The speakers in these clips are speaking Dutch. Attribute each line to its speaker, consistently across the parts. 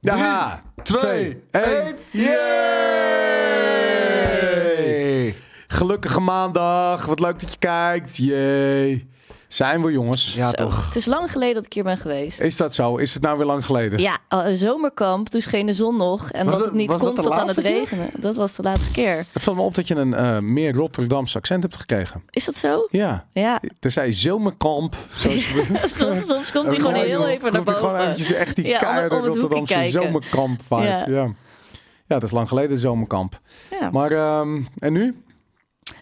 Speaker 1: De H.
Speaker 2: twee, één.
Speaker 1: Yay! Gelukkige maandag. Wat leuk dat je kijkt. Yay. Zijn we jongens.
Speaker 2: Ja,
Speaker 3: Zo,
Speaker 2: toch?
Speaker 3: Het is lang geleden dat ik hier ben geweest.
Speaker 1: Is dat zo? Is het nou weer lang geleden?
Speaker 3: Ja, al een zomerkamp, toen scheen de zon nog. En
Speaker 2: Was
Speaker 3: was,
Speaker 2: dat-
Speaker 3: het niet
Speaker 2: was dat de
Speaker 3: constant aan het
Speaker 2: laatste keer?
Speaker 3: regenen. Dat was de laatste keer.
Speaker 1: Het valt me op dat je een eh, meer Rotterdamse accent hebt gekregen.
Speaker 3: Is dat zo?
Speaker 1: Ja.
Speaker 3: Ja.
Speaker 1: Tenzij Zilmerkamp. Zoals
Speaker 3: soms, soms komt hij gewoon
Speaker 1: Ja,
Speaker 3: heel
Speaker 1: joh.
Speaker 3: even naar
Speaker 1: Komt er
Speaker 3: boven.
Speaker 1: gewoon eventjes echt die
Speaker 3: Ja, om-
Speaker 1: keiharde
Speaker 3: om het hoekje
Speaker 1: Rotterdamse
Speaker 3: kijken.
Speaker 1: zomerkamp vibe. Ja.
Speaker 3: Ja.
Speaker 1: Ja. dat is lang geleden zomerkamp.
Speaker 3: Ja.
Speaker 1: Maar, ehm, en nu?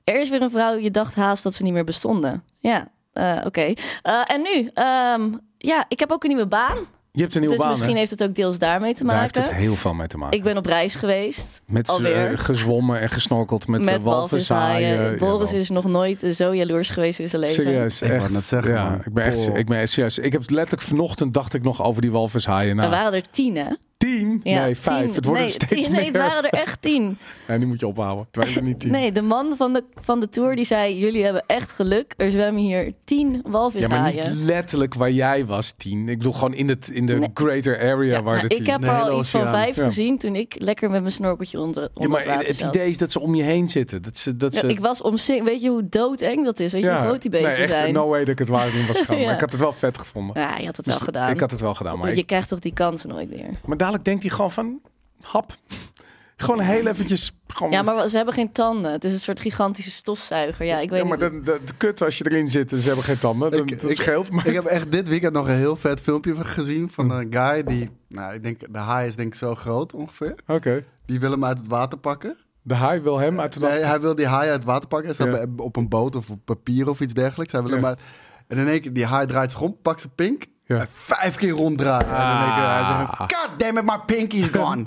Speaker 3: Er is weer een vrouw, je dacht haast dat ze niet meer bestonden. Ja, eh, oké. Eh, en nu? Ehm, ja, ik heb ook een nieuwe baan.
Speaker 1: Je hebt een nieuwe
Speaker 3: dus
Speaker 1: baan,
Speaker 3: misschien
Speaker 1: hè?
Speaker 3: heeft het ook deels daarmee te
Speaker 1: Daar heeft
Speaker 3: maken.
Speaker 1: het heel veel mee te maken.
Speaker 3: Ik ben op reis geweest.
Speaker 1: Met z'n,
Speaker 3: alweer.
Speaker 1: eh, gezwommen en gesnorkeld met, eh,
Speaker 3: Met
Speaker 1: met walvishaaien.
Speaker 3: walvishaaien. Boris
Speaker 1: Jawel.
Speaker 3: is nog nooit eh, zo jaloers geweest in zijn leven.
Speaker 1: Serieus,
Speaker 2: Ik wou
Speaker 1: echt.
Speaker 2: net zeggen,
Speaker 1: ja,
Speaker 2: man.
Speaker 1: ik ben echt,
Speaker 2: Boah.
Speaker 1: ik ben echt serieus. Ik heb letterlijk vanochtend dacht ik nog over die walvishaaien.
Speaker 3: Er
Speaker 1: Nou,
Speaker 3: waren er tien, hè?
Speaker 1: tien?
Speaker 3: Ja,
Speaker 1: nee, vijf.
Speaker 3: tien.
Speaker 1: Het wordt
Speaker 3: nee,
Speaker 1: steeds
Speaker 3: tien,
Speaker 1: meer.
Speaker 3: Nee, het waren er echt tien.
Speaker 1: Nee, die moet je ophouden. Het waren er niet tien.
Speaker 3: Nee, de man van de, van de tour die zei... jullie hebben echt geluk, er zwemmen hier tien
Speaker 1: Ja, maar
Speaker 3: walvishaaien.
Speaker 1: niet letterlijk waar jij was, tien. Ik bedoel gewoon in, het, in de
Speaker 3: Nee.
Speaker 1: greater area
Speaker 3: Ja,
Speaker 1: waar
Speaker 3: nou,
Speaker 1: de tien...
Speaker 3: ik heb
Speaker 2: de
Speaker 3: er
Speaker 2: hele
Speaker 3: al iets van
Speaker 2: oceaan.
Speaker 3: vijf
Speaker 1: Ja.
Speaker 3: gezien... toen ik lekker met mijn snorkeltje onder,
Speaker 1: Ja,
Speaker 3: onder
Speaker 1: maar
Speaker 3: het water
Speaker 1: het
Speaker 3: zat.
Speaker 1: idee is dat ze om je heen zitten. Dat ze, dat
Speaker 3: Ja,
Speaker 1: ze,
Speaker 3: ik was omsingeld. Weet je hoe doodeng dat is? Weet je
Speaker 1: Ja.
Speaker 3: hoe groot die beesten
Speaker 1: nee, echt,
Speaker 3: zijn?
Speaker 1: No way dat ik het waard in was gaan. Maar
Speaker 3: Ja.
Speaker 1: ik had het wel vet gevonden.
Speaker 3: Ja, je had het wel
Speaker 1: Dus
Speaker 3: gedaan.
Speaker 1: Ik had het wel gedaan. Maar,
Speaker 3: Want
Speaker 1: ik-
Speaker 3: je krijgt toch die kansen nooit meer.
Speaker 1: maar dadelijk denkt hij gewoon van, hap. Gewoon heel eventjes... Gewoon,
Speaker 3: Ja, maar ze hebben geen tanden. Het is een soort gigantische stofzuiger. Ja, ik weet
Speaker 1: Ja, maar
Speaker 3: niet.
Speaker 1: dat, dat, kut als je erin zit en ze hebben geen tanden. Dan,
Speaker 2: Ik-
Speaker 1: dat
Speaker 2: ik-
Speaker 1: scheelt. Maar
Speaker 2: Ik heb echt dit weekend nog een heel vet filmpje gezien van
Speaker 1: Oh.
Speaker 2: een guy die... Nou, ik denk, de haai is denk ik zo groot ongeveer.
Speaker 1: Oké.
Speaker 2: Die wil hem uit het water pakken.
Speaker 1: De haai wil hem uit de
Speaker 2: Nee, hij wil die haai uit het water pakken. Hij staat
Speaker 1: Ja.
Speaker 2: bij- op een boot of op papier of iets dergelijks. Hij wil
Speaker 1: Ja.
Speaker 2: hem uit... En in één keer, die haai draait zich om, pakt zijn pink...
Speaker 1: Ja. Ah.
Speaker 2: en Vijf keer ronddraaien. En in één keer, hij zegt, God damn it, my pinky's gone.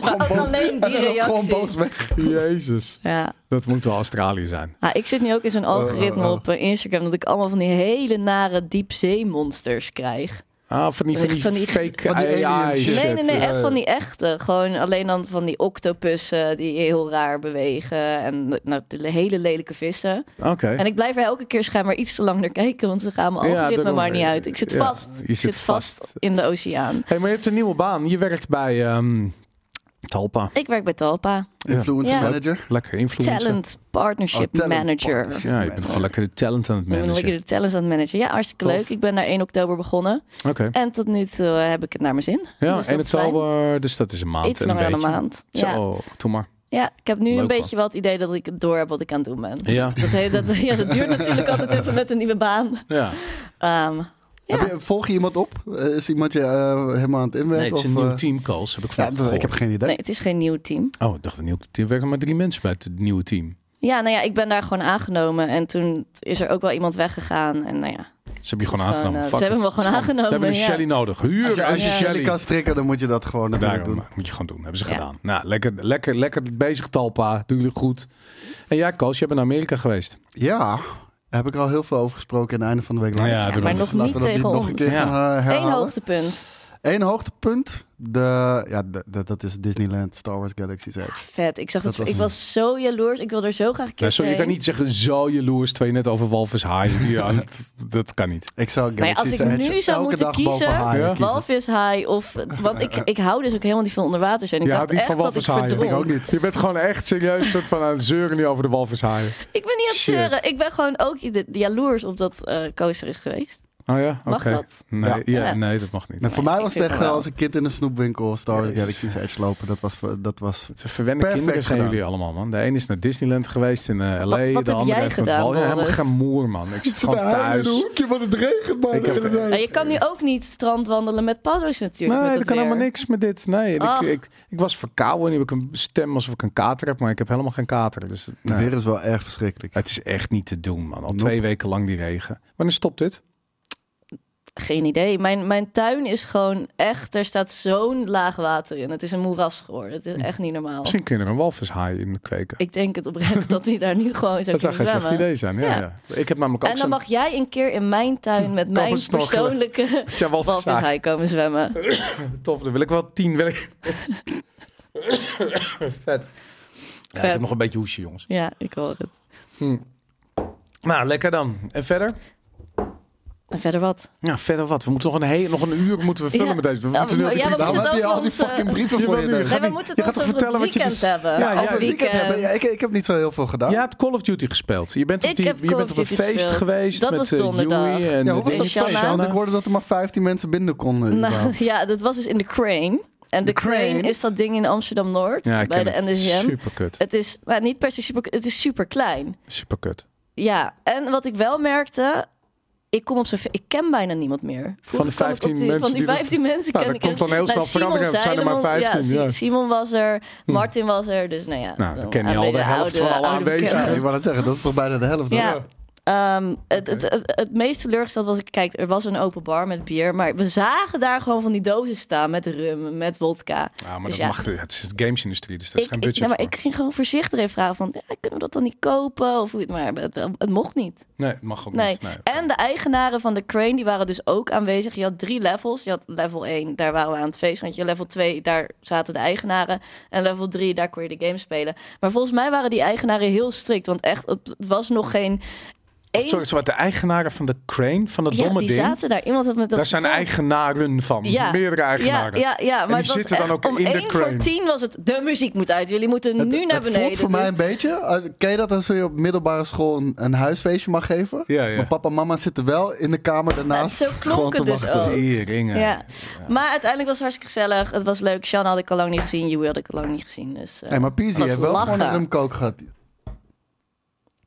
Speaker 3: Maar ook alleen die
Speaker 2: Gewoon
Speaker 3: reactie.
Speaker 2: boos weg.
Speaker 1: Jezus.
Speaker 3: Ja.
Speaker 1: Dat moet wel Australië zijn.
Speaker 3: Ah, ik zit nu ook in zo'n algoritme
Speaker 2: oh, oh.
Speaker 3: op eh, Instagram... dat ik allemaal van die hele nare diepzeemonsters krijg.
Speaker 1: Ah, van die, van die,
Speaker 3: Van die-
Speaker 1: fake
Speaker 2: van die
Speaker 1: AI
Speaker 2: aliens,
Speaker 1: shit.
Speaker 2: ja.
Speaker 3: Nee, nee, nee,
Speaker 2: eh.
Speaker 3: echt van die echte. Gewoon alleen dan van die octopussen die heel raar bewegen. En nou, de hele lelijke vissen.
Speaker 1: Oké.
Speaker 3: En ik blijf er elke keer schijnbaar iets te lang naar kijken, want ze gaan mijn
Speaker 1: Ja,
Speaker 3: algoritme
Speaker 1: daarom.
Speaker 3: maar niet uit. Ik zit
Speaker 1: Ja,
Speaker 3: vast.
Speaker 1: je
Speaker 3: ik
Speaker 1: zit
Speaker 3: zit vast
Speaker 1: vast.
Speaker 3: in de oceaan.
Speaker 1: Hey, maar je hebt een nieuwe baan. Je werkt bij ehm, Talpa.
Speaker 3: Ik werk bij Talpa.
Speaker 2: Influencer
Speaker 3: Ja.
Speaker 2: manager.
Speaker 1: Lekker influencer.
Speaker 3: Talent Partnership
Speaker 2: Oh, talent
Speaker 3: Manager.
Speaker 2: partnership.
Speaker 1: Ja, je bent gewoon lekker de talent aan het
Speaker 3: Ik ben lekker
Speaker 1: managen.
Speaker 3: de talents aan het managen. Ja, hartstikke
Speaker 1: Tof.
Speaker 3: leuk. Ik ben daar 1 oktober begonnen.
Speaker 1: Oké.
Speaker 3: En tot nu toe eh, heb ik het naar mijn zin.
Speaker 1: Ja,
Speaker 3: Dus dat
Speaker 1: 1
Speaker 3: is fijn.
Speaker 1: oktober. Dus dat is een maand
Speaker 3: Iets
Speaker 1: en een
Speaker 3: langer dan
Speaker 1: beetje.
Speaker 3: een maand. Ja.
Speaker 1: Zo, doe maar.
Speaker 3: ja, ik heb nu
Speaker 1: Leuk,
Speaker 3: een
Speaker 1: man.
Speaker 3: beetje wel het idee dat ik het door heb wat ik aan het doen ben.
Speaker 1: Ja.
Speaker 3: Dat, he- dat, ja, dat duurt natuurlijk altijd even met een nieuwe baan.
Speaker 1: ja.
Speaker 3: Ehm, Ja.
Speaker 2: Heb je, volg je iemand op? Eh, Is iemand je eh, helemaal aan het inwerken?
Speaker 1: Nee, het is een
Speaker 2: of,
Speaker 1: nieuw
Speaker 2: eh,
Speaker 1: team, Koos. Heb ik
Speaker 2: Ja,
Speaker 1: van
Speaker 2: dat- ik heb geen idee.
Speaker 3: nee, het is geen nieuw team.
Speaker 1: Oh, ik dacht een nieuw team. Er werken maar drie mensen bij het nieuwe team.
Speaker 3: Ja, nou ja, ik ben daar gewoon aangenomen. En toen is er ook wel iemand weggegaan. En nou
Speaker 1: Ze
Speaker 3: ja,
Speaker 1: hebben je
Speaker 3: het is
Speaker 1: gewoon
Speaker 3: gewoon,
Speaker 1: aangenomen.
Speaker 3: eh,
Speaker 1: Fuck
Speaker 3: ze hebben
Speaker 1: it.
Speaker 3: me gewoon aangenomen.
Speaker 1: We hebben een
Speaker 3: ja.
Speaker 1: Shelly nodig. Huur
Speaker 2: Als je,
Speaker 1: een
Speaker 2: als je Shelly
Speaker 1: Shelly.
Speaker 2: kan strikken, dan moet je dat gewoon natuurlijk
Speaker 1: Daarom eh,
Speaker 2: doen.
Speaker 1: moet je gewoon doen. Hebben ze
Speaker 3: Ja.
Speaker 1: gedaan. Nou, lekker, lekker, lekker bezig, Talpa. Doen jullie goed. En ja, Koos, je bent naar Amerika geweest.
Speaker 2: Ja, daar heb ik al heel veel over gesproken in het einde van de week.
Speaker 1: Ja,
Speaker 2: live.
Speaker 1: daarom.
Speaker 3: maar
Speaker 2: Dus
Speaker 3: nog
Speaker 2: laten
Speaker 3: niet
Speaker 2: we dat
Speaker 3: tegen
Speaker 2: nog
Speaker 3: ons.
Speaker 2: een keer
Speaker 1: Ja.
Speaker 2: gaan, eh,
Speaker 3: Eén
Speaker 2: herhalen.
Speaker 3: hoogtepunt.
Speaker 2: Eén hoogtepunt. De, ja, de- de- dat is Disneyland, Star Wars Galaxy's Edge.
Speaker 3: Vet. Ik zag
Speaker 2: Dat
Speaker 3: dat.
Speaker 2: was
Speaker 3: ik
Speaker 2: hem.
Speaker 3: was zo jaloers. Ik wil er zo graag een keer
Speaker 1: Ja, sorry, je kan
Speaker 3: heen.
Speaker 1: niet zeggen zo jaloers, twee net over walvis haaien. Ja, dat, dat kan niet.
Speaker 2: Ik zou
Speaker 3: Maar ja,
Speaker 2: Galaxy's
Speaker 3: als ik
Speaker 2: Edge
Speaker 3: nu zou
Speaker 2: elke
Speaker 3: moeten
Speaker 2: dag
Speaker 3: kiezen,
Speaker 2: boven haaien
Speaker 1: Ja.
Speaker 2: kiezen.
Speaker 3: Walvishaai of... Want ik, ik hou dus ook helemaal niet van onderwater zijn. Ik
Speaker 1: Je houdt
Speaker 3: dacht
Speaker 1: niet
Speaker 3: echt
Speaker 1: van
Speaker 3: dat ik
Speaker 1: walvishaaien.
Speaker 3: verdronk.
Speaker 2: Ik ook niet.
Speaker 1: Je bent gewoon echt serieus soort van aan het zeuren nu over de walvishaaien.
Speaker 3: Ik ben niet aan het
Speaker 1: Shit.
Speaker 3: zeuren. Ik ben gewoon ook i- de- jaloers op dat eh coaster is geweest.
Speaker 1: Oh ja? Oké.
Speaker 3: Mag dat?
Speaker 1: Nee, ja.
Speaker 2: Ja.
Speaker 3: Ja.
Speaker 1: nee, dat mag niet.
Speaker 2: Nou, voor
Speaker 3: Nee,
Speaker 2: mij
Speaker 3: ik
Speaker 2: was het
Speaker 3: vind
Speaker 2: echt
Speaker 3: het wel.
Speaker 2: als een kind in een snoepwinkel Star Wars
Speaker 1: Jezus.
Speaker 2: Galaxy's Edge lopen. Dat was, voor- dat was
Speaker 1: Ze verwende
Speaker 2: Perfect
Speaker 1: kinderen zijn
Speaker 2: gedaan.
Speaker 1: jullie allemaal, man. De een is naar Disneyland geweest in eh, LA.
Speaker 3: wat heb
Speaker 1: de andere
Speaker 3: jij
Speaker 1: heeft met
Speaker 3: gedaan,
Speaker 1: wal- Ja, helemaal
Speaker 3: Boris?
Speaker 1: geen moer, man. Ik zit gewoon
Speaker 2: Daar in een
Speaker 1: thuis.
Speaker 2: hoekje, want het regent maar
Speaker 1: Ik
Speaker 2: de
Speaker 1: heb-
Speaker 2: hele tijd.
Speaker 3: Nou, je kan nu ook niet strandwandelen met paddo's natuurlijk.
Speaker 1: Nee,
Speaker 3: met
Speaker 1: dat
Speaker 3: het
Speaker 1: kan helemaal
Speaker 3: weer.
Speaker 1: niks met dit. Nee, en
Speaker 3: Ach.
Speaker 1: ik, ik, ik was verkouden. Nu heb ik een stem alsof ik een kater heb, maar ik heb helemaal geen kater. Dus
Speaker 2: Het
Speaker 1: nee.
Speaker 2: weer is wel erg verschrikkelijk.
Speaker 1: het is echt niet te doen, man. Al
Speaker 2: Nope.
Speaker 1: twee weken lang die regen. Wanneer stopt
Speaker 3: Oh.
Speaker 1: dit?
Speaker 3: Geen idee. Mijn, mijn tuin is gewoon echt... Er staat zo'n laag water in. Het is een moeras geworden. Het is echt niet normaal.
Speaker 1: Hm. Misschien kunnen er een walvishaai in kweken.
Speaker 3: Ik denk het oprecht dat die daar nu gewoon zou
Speaker 1: dat zou
Speaker 3: kunnen
Speaker 1: geen slecht
Speaker 3: zwemmen.
Speaker 1: idee zijn. Ja, ja.
Speaker 3: Ja.
Speaker 1: Ik heb namelijk ook
Speaker 3: En dan
Speaker 1: zo'n
Speaker 3: mag jij een keer in mijn tuin met mijn
Speaker 1: eens snorkelen.
Speaker 3: persoonlijke
Speaker 1: Het zijn walvishaai.
Speaker 3: walvishaai komen zwemmen.
Speaker 1: Tof, dan wil ik wel tien. Wil ik... Vet. Ja, ik
Speaker 3: Vet.
Speaker 1: heb nog een beetje hoesje, jongens.
Speaker 3: Ja, ik hoor het.
Speaker 1: Nou, lekker dan. En verder?
Speaker 3: En verder wat.
Speaker 1: Nou, verder wat. We moeten nog een, hele, nog een uur moeten we vullen
Speaker 3: Ja.
Speaker 1: met deze. We
Speaker 3: Ja,
Speaker 1: moeten nu
Speaker 3: maar-
Speaker 1: al die
Speaker 3: ja, we
Speaker 1: brieven-
Speaker 2: Daarom heb
Speaker 3: het
Speaker 2: je
Speaker 3: over
Speaker 2: al die
Speaker 3: onze-
Speaker 2: fucking brieven
Speaker 1: Je
Speaker 2: voor
Speaker 1: bent
Speaker 2: je.
Speaker 1: nu-
Speaker 2: neus.
Speaker 1: Ga
Speaker 3: Nee, we
Speaker 1: niet-
Speaker 3: moeten
Speaker 1: je
Speaker 3: het
Speaker 1: gaat
Speaker 3: over
Speaker 1: toch vertellen
Speaker 3: het
Speaker 1: wat je dus-
Speaker 3: weekend hebben.
Speaker 1: Ja, ja.
Speaker 3: Over het
Speaker 1: Over
Speaker 2: Ik heb,
Speaker 3: weekend.
Speaker 2: eh, ik, ik heb niet zo heel veel gedaan.
Speaker 1: Je hebt Call of Duty gespeeld. Je bent op,
Speaker 3: Ik
Speaker 1: die,
Speaker 3: heb
Speaker 1: je
Speaker 3: Call
Speaker 1: bent
Speaker 3: of
Speaker 1: op een
Speaker 3: Duty
Speaker 1: feest
Speaker 3: gespeeld.
Speaker 1: geweest
Speaker 3: Dat
Speaker 1: met
Speaker 3: was
Speaker 1: eh,
Speaker 3: donderdag.
Speaker 1: Joey en
Speaker 2: Ja, hoe was
Speaker 1: eh,
Speaker 2: dat
Speaker 3: Shanna?
Speaker 2: feest? Want ik hoorde dat er maar 15 mensen binnen konden.
Speaker 3: Nou,
Speaker 2: überhaupt.
Speaker 3: ja, dat was dus in de Crane. En
Speaker 2: De
Speaker 3: de crane.
Speaker 2: Crane?
Speaker 3: is dat ding in Amsterdam-Noord,
Speaker 1: Ja, ik
Speaker 3: bij
Speaker 1: ken
Speaker 3: de
Speaker 1: het.
Speaker 3: NSM.
Speaker 1: Super kut.
Speaker 3: Het is nou, niet per se super, het is super klein.
Speaker 1: Super kut.
Speaker 3: Ja, en wat ik wel merkte, ik kom op zo'n, ik ken bijna niemand meer.
Speaker 1: Van de
Speaker 3: Vroeger kwam ik op
Speaker 1: 15 mensen
Speaker 3: van die
Speaker 1: die dat-
Speaker 3: 15 mensen
Speaker 1: Nou,
Speaker 3: ken
Speaker 1: dat
Speaker 3: ik
Speaker 1: komt dan heel
Speaker 3: echt- Nou,
Speaker 1: snel
Speaker 3: Simon
Speaker 1: veranderen. Het zijn er maar
Speaker 3: Zeilemans,
Speaker 1: 15,
Speaker 3: Si-
Speaker 1: ja.
Speaker 3: Simon was er, Martin was er, dus nou ja.
Speaker 1: Nou, dan
Speaker 3: wel
Speaker 1: ken je al de
Speaker 3: aanwezig-
Speaker 1: helft
Speaker 3: oude-
Speaker 1: van alle
Speaker 3: oude bekenden.
Speaker 1: aanwezigen.
Speaker 2: Ja, ik wou net zeggen, dat is toch bijna de helft.
Speaker 3: Ja.
Speaker 2: hoor.
Speaker 3: Ehm, het, het, het, het meest teleurgesteld was ik, kijk, er was een open bar met bier, maar we zagen daar gewoon van die dozen staan met rum, met wodka.
Speaker 1: Ja, Nou, maar
Speaker 3: Dus
Speaker 1: dat
Speaker 3: ja.
Speaker 1: mag. Het is de gamesindustrie, dus daar is
Speaker 3: ik,
Speaker 1: geen
Speaker 3: ik,
Speaker 1: budget
Speaker 3: nou, maar
Speaker 1: voor.
Speaker 3: ik ging gewoon voorzichtig even vragen van, ja, kunnen we dat dan niet kopen? Of, hoe het- maar het, het mocht niet.
Speaker 1: Nee, het mag ook
Speaker 3: Nee. Eh,
Speaker 1: niet. Nee. Oh,
Speaker 3: En de eigenaren van de crane, die waren dus ook aanwezig. Je had drie levels. Je had level 1, daar waren we aan het feestrandje. Level 2, daar zaten de eigenaren. En level 3, daar kon je de game spelen. Maar volgens mij waren die eigenaren heel strikt. Want echt, het, het was nog geen... één-
Speaker 1: Sorry, wat de eigenaren van de crane, van dat
Speaker 3: ja,
Speaker 1: domme
Speaker 3: die
Speaker 1: ding.
Speaker 3: zaten daar. Iemand had me dat
Speaker 1: Daar zijn
Speaker 3: verteld.
Speaker 1: eigenaren van.
Speaker 3: Ja.
Speaker 1: Meerdere
Speaker 3: Ja,
Speaker 1: eigenaren.
Speaker 3: ja, ja, maar
Speaker 1: die
Speaker 3: het was
Speaker 1: zitten dan
Speaker 3: echt,
Speaker 1: ook
Speaker 3: om
Speaker 1: in de
Speaker 3: 1
Speaker 1: crane.
Speaker 3: voor 10 was het, de muziek moet uit. Jullie moeten
Speaker 2: Het,
Speaker 3: nu naar
Speaker 2: het
Speaker 3: beneden. dus-
Speaker 2: voelt voor mij een beetje... eh, Ken je dat als je op middelbare school een, een huisfeestje mag geven?
Speaker 1: Ja, ja.
Speaker 2: Maar papa en mama zitten wel in de kamer daarnaast
Speaker 3: Ja, zo klonk
Speaker 2: gewoon te
Speaker 3: het dus
Speaker 2: wachten.
Speaker 3: ook.
Speaker 1: Teringen.
Speaker 3: Ja. Maar uiteindelijk was het hartstikke gezellig. Het was leuk. Shan had ik al lang niet gezien. Joey had ik al lang niet gezien. Dus eh
Speaker 2: Nee, maar Peasy
Speaker 3: was
Speaker 2: heeft wel
Speaker 3: lachen.
Speaker 2: gewoon een rumkook gehad.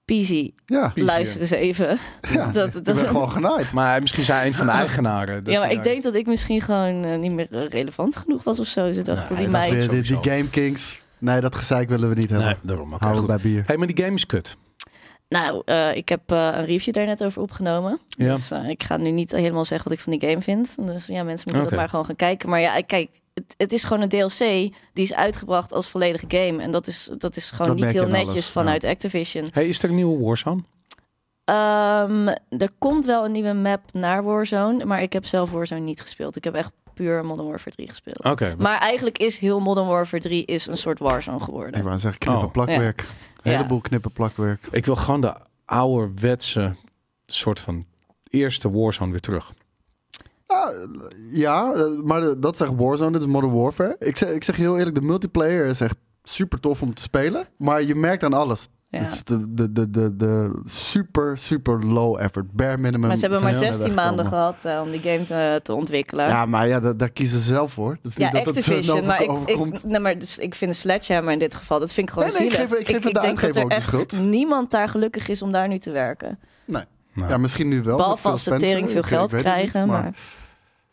Speaker 3: Peasy,
Speaker 2: Ja,
Speaker 1: Peasy,
Speaker 3: luister eens even.
Speaker 2: ja.
Speaker 3: Dat- dat-
Speaker 2: ik ben gewoon genaaid.
Speaker 1: Maar misschien zijn een van de eigenaren. dat
Speaker 3: ja, maar
Speaker 1: die
Speaker 3: ik
Speaker 1: daar-
Speaker 3: denk dat ik misschien gewoon eh, niet meer eh, relevant genoeg was of zo.
Speaker 2: Nou,
Speaker 3: Ze dachten, die
Speaker 1: dat
Speaker 3: meid...
Speaker 1: weet
Speaker 2: Die,
Speaker 1: ik.
Speaker 2: die, die Game Kings. Nee, dat gezeik willen we niet hebben.
Speaker 1: Nee, daarom. Oké,
Speaker 2: Houden
Speaker 1: goed.
Speaker 2: we bij bier.
Speaker 1: Hey, maar die game is kut.
Speaker 3: Nou, eh, ik heb eh, een review daar net over opgenomen.
Speaker 1: Ja.
Speaker 3: Dus eh, ik ga nu niet helemaal zeggen wat ik van die game vind. Dus ja, mensen moeten dat
Speaker 1: Oké.
Speaker 3: maar gewoon gaan kijken. Maar ja, kijk, het, het is gewoon een DLC die is uitgebracht als volledige game. En dat is, dat is gewoon
Speaker 2: Dat
Speaker 3: niet
Speaker 2: merk je
Speaker 3: heel
Speaker 2: in
Speaker 3: netjes
Speaker 2: alles, ja.
Speaker 3: vanuit Activision.
Speaker 1: Hey, is er een nieuwe Warzone?
Speaker 3: Ehm, er komt wel een nieuwe map naar Warzone, maar ik heb zelf Warzone niet gespeeld. Ik heb echt puur Modern Warfare 3 gespeeld.
Speaker 1: Oké.
Speaker 3: Maar eigenlijk is heel Modern Warfare 3 is een soort Warzone
Speaker 2: Ik
Speaker 3: geworden.
Speaker 2: wou zeggen, knippen
Speaker 1: Oh.
Speaker 2: plakwerk.
Speaker 3: Ja.
Speaker 2: Heleboel knippen plakwerk.
Speaker 1: Ik wil gewoon de ouderwetse soort van eerste Warzone weer terug.
Speaker 2: Ah, ja, eh, maar de- dat is echt Warzone, dit is Modern Warfare. Ik zeg, ik zeg je heel eerlijk, de multiplayer is echt super tof om te spelen. Maar je merkt aan alles.
Speaker 3: Ja.
Speaker 2: Dus de, de, de, de, de super, super low effort, bare minimum.
Speaker 3: Maar ze hebben maar
Speaker 2: zijn er
Speaker 3: 16
Speaker 2: weggekomen.
Speaker 3: maanden gehad eh, om die game te, te ontwikkelen.
Speaker 2: Ja, maar ja, da- daar kiezen ze zelf voor. Dat is
Speaker 3: Ja,
Speaker 2: niet dat het ze
Speaker 3: Activision,
Speaker 2: over-
Speaker 3: maar ik,
Speaker 2: overkomt.
Speaker 3: ik, nee, maar dus, ik vind Sledgehammer in dit geval, dat vind ik gewoon
Speaker 2: Nee, nee, ik
Speaker 3: zielig.
Speaker 2: geef- ik geef het de
Speaker 3: denk dat
Speaker 2: uitgever
Speaker 3: er
Speaker 2: ook de
Speaker 3: echt
Speaker 2: schuld.
Speaker 3: niemand daar gelukkig is om daar nu te werken.
Speaker 1: Nou,
Speaker 2: ja, misschien nu wel. met
Speaker 3: Behalve
Speaker 2: Phil
Speaker 3: als ze
Speaker 2: Spencer.
Speaker 3: tering veel
Speaker 2: Ik- ik
Speaker 3: geld
Speaker 2: weet het niet,
Speaker 3: krijgen, maar...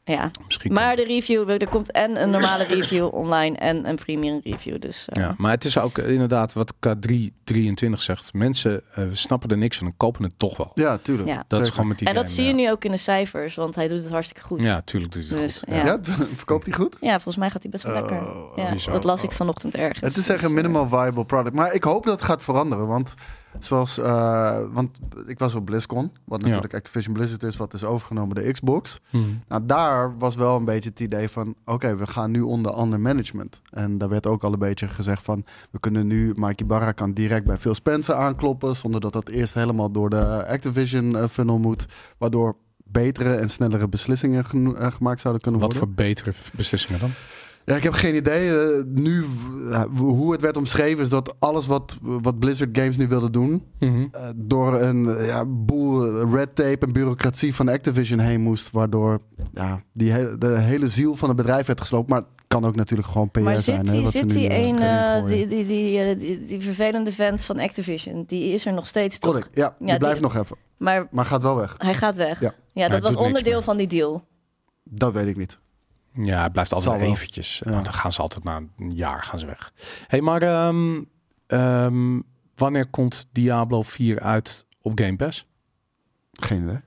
Speaker 3: Ja,
Speaker 1: misschien.
Speaker 3: maar de review, er komt en een normale review online en een premium review, dus... eh,
Speaker 1: Ja, maar het is ook eh, inderdaad wat K323 zegt. Mensen eh, snappen er niks van en kopen het toch wel.
Speaker 2: Ja, tuurlijk.
Speaker 3: Ja.
Speaker 1: Dat is
Speaker 2: Zeker.
Speaker 1: gewoon met die
Speaker 3: En dat
Speaker 1: game,
Speaker 3: zie je
Speaker 1: ja.
Speaker 3: nu ook in de cijfers, want hij doet het hartstikke goed.
Speaker 1: Ja, tuurlijk doet hij het
Speaker 3: Dus,
Speaker 1: goed.
Speaker 3: ja.
Speaker 1: Ja.
Speaker 2: Ja, verkoopt hij goed?
Speaker 3: Ja, volgens mij gaat hij best wel
Speaker 2: Oh,
Speaker 3: lekker. Ja,
Speaker 1: bizar.
Speaker 3: dat las ik vanochtend ergens.
Speaker 2: Het is echt een
Speaker 3: Dus, eh,
Speaker 2: minimal viable product. Maar ik hoop dat het gaat veranderen. Want, zoals, eh, want ik was op BlizzCon. Wat
Speaker 1: Ja.
Speaker 2: natuurlijk Activision Blizzard is. Wat is overgenomen door Xbox.
Speaker 1: Hm.
Speaker 2: Nou, daar was wel een beetje het idee van... Oké, we gaan nu onder ander management. En daar werd ook al een beetje gezegd van... We kunnen nu... Mike Barra kan direct bij Phil Spencer aankloppen. Zonder dat dat eerst helemaal door de Activision eh, funnel moet. Waardoor betere en snellere beslissingen geno- eh, gemaakt zouden kunnen
Speaker 1: Wat
Speaker 2: worden.
Speaker 1: voor betere beslissingen dan?
Speaker 2: Ja, ik heb geen idee. eh, nu, eh, hoe het werd omschreven, is dat alles wat, wat Blizzard Games nu wilde doen.
Speaker 1: Mhm.
Speaker 2: eh, door een eh, ja, boel eh, red tape en bureaucratie van Activision heen moest. Waardoor ja, die hele, de hele ziel van het bedrijf werd gesloopt. Maar het kan ook natuurlijk gewoon PR
Speaker 3: Maar
Speaker 2: zijn.
Speaker 3: zit
Speaker 2: hè,
Speaker 3: die,
Speaker 2: wat ze
Speaker 3: zit
Speaker 2: nu,
Speaker 3: die
Speaker 2: eh,
Speaker 3: een,
Speaker 2: erin
Speaker 3: eh,
Speaker 2: gooien.
Speaker 3: die, die, die, eh, die, die vervelende vent van Activision, die is er nog steeds toch?
Speaker 2: Correct, ja, die
Speaker 3: die-
Speaker 2: blijft nog even.
Speaker 3: Maar
Speaker 2: Maar gaat wel weg.
Speaker 3: hij gaat weg.
Speaker 2: Ja.
Speaker 1: Hij
Speaker 3: dat was
Speaker 1: doet niks
Speaker 3: onderdeel
Speaker 1: meer.
Speaker 3: van die deal.
Speaker 2: Dat weet ik niet.
Speaker 1: Ja, het blijft altijd
Speaker 2: Zal wel.
Speaker 1: eventjes.
Speaker 2: Ja.
Speaker 1: Want dan gaan ze altijd na een jaar gaan ze weg. hey, maar ehm, ehm, wanneer komt Diablo 4 uit op Game Pass?
Speaker 2: Geen idee.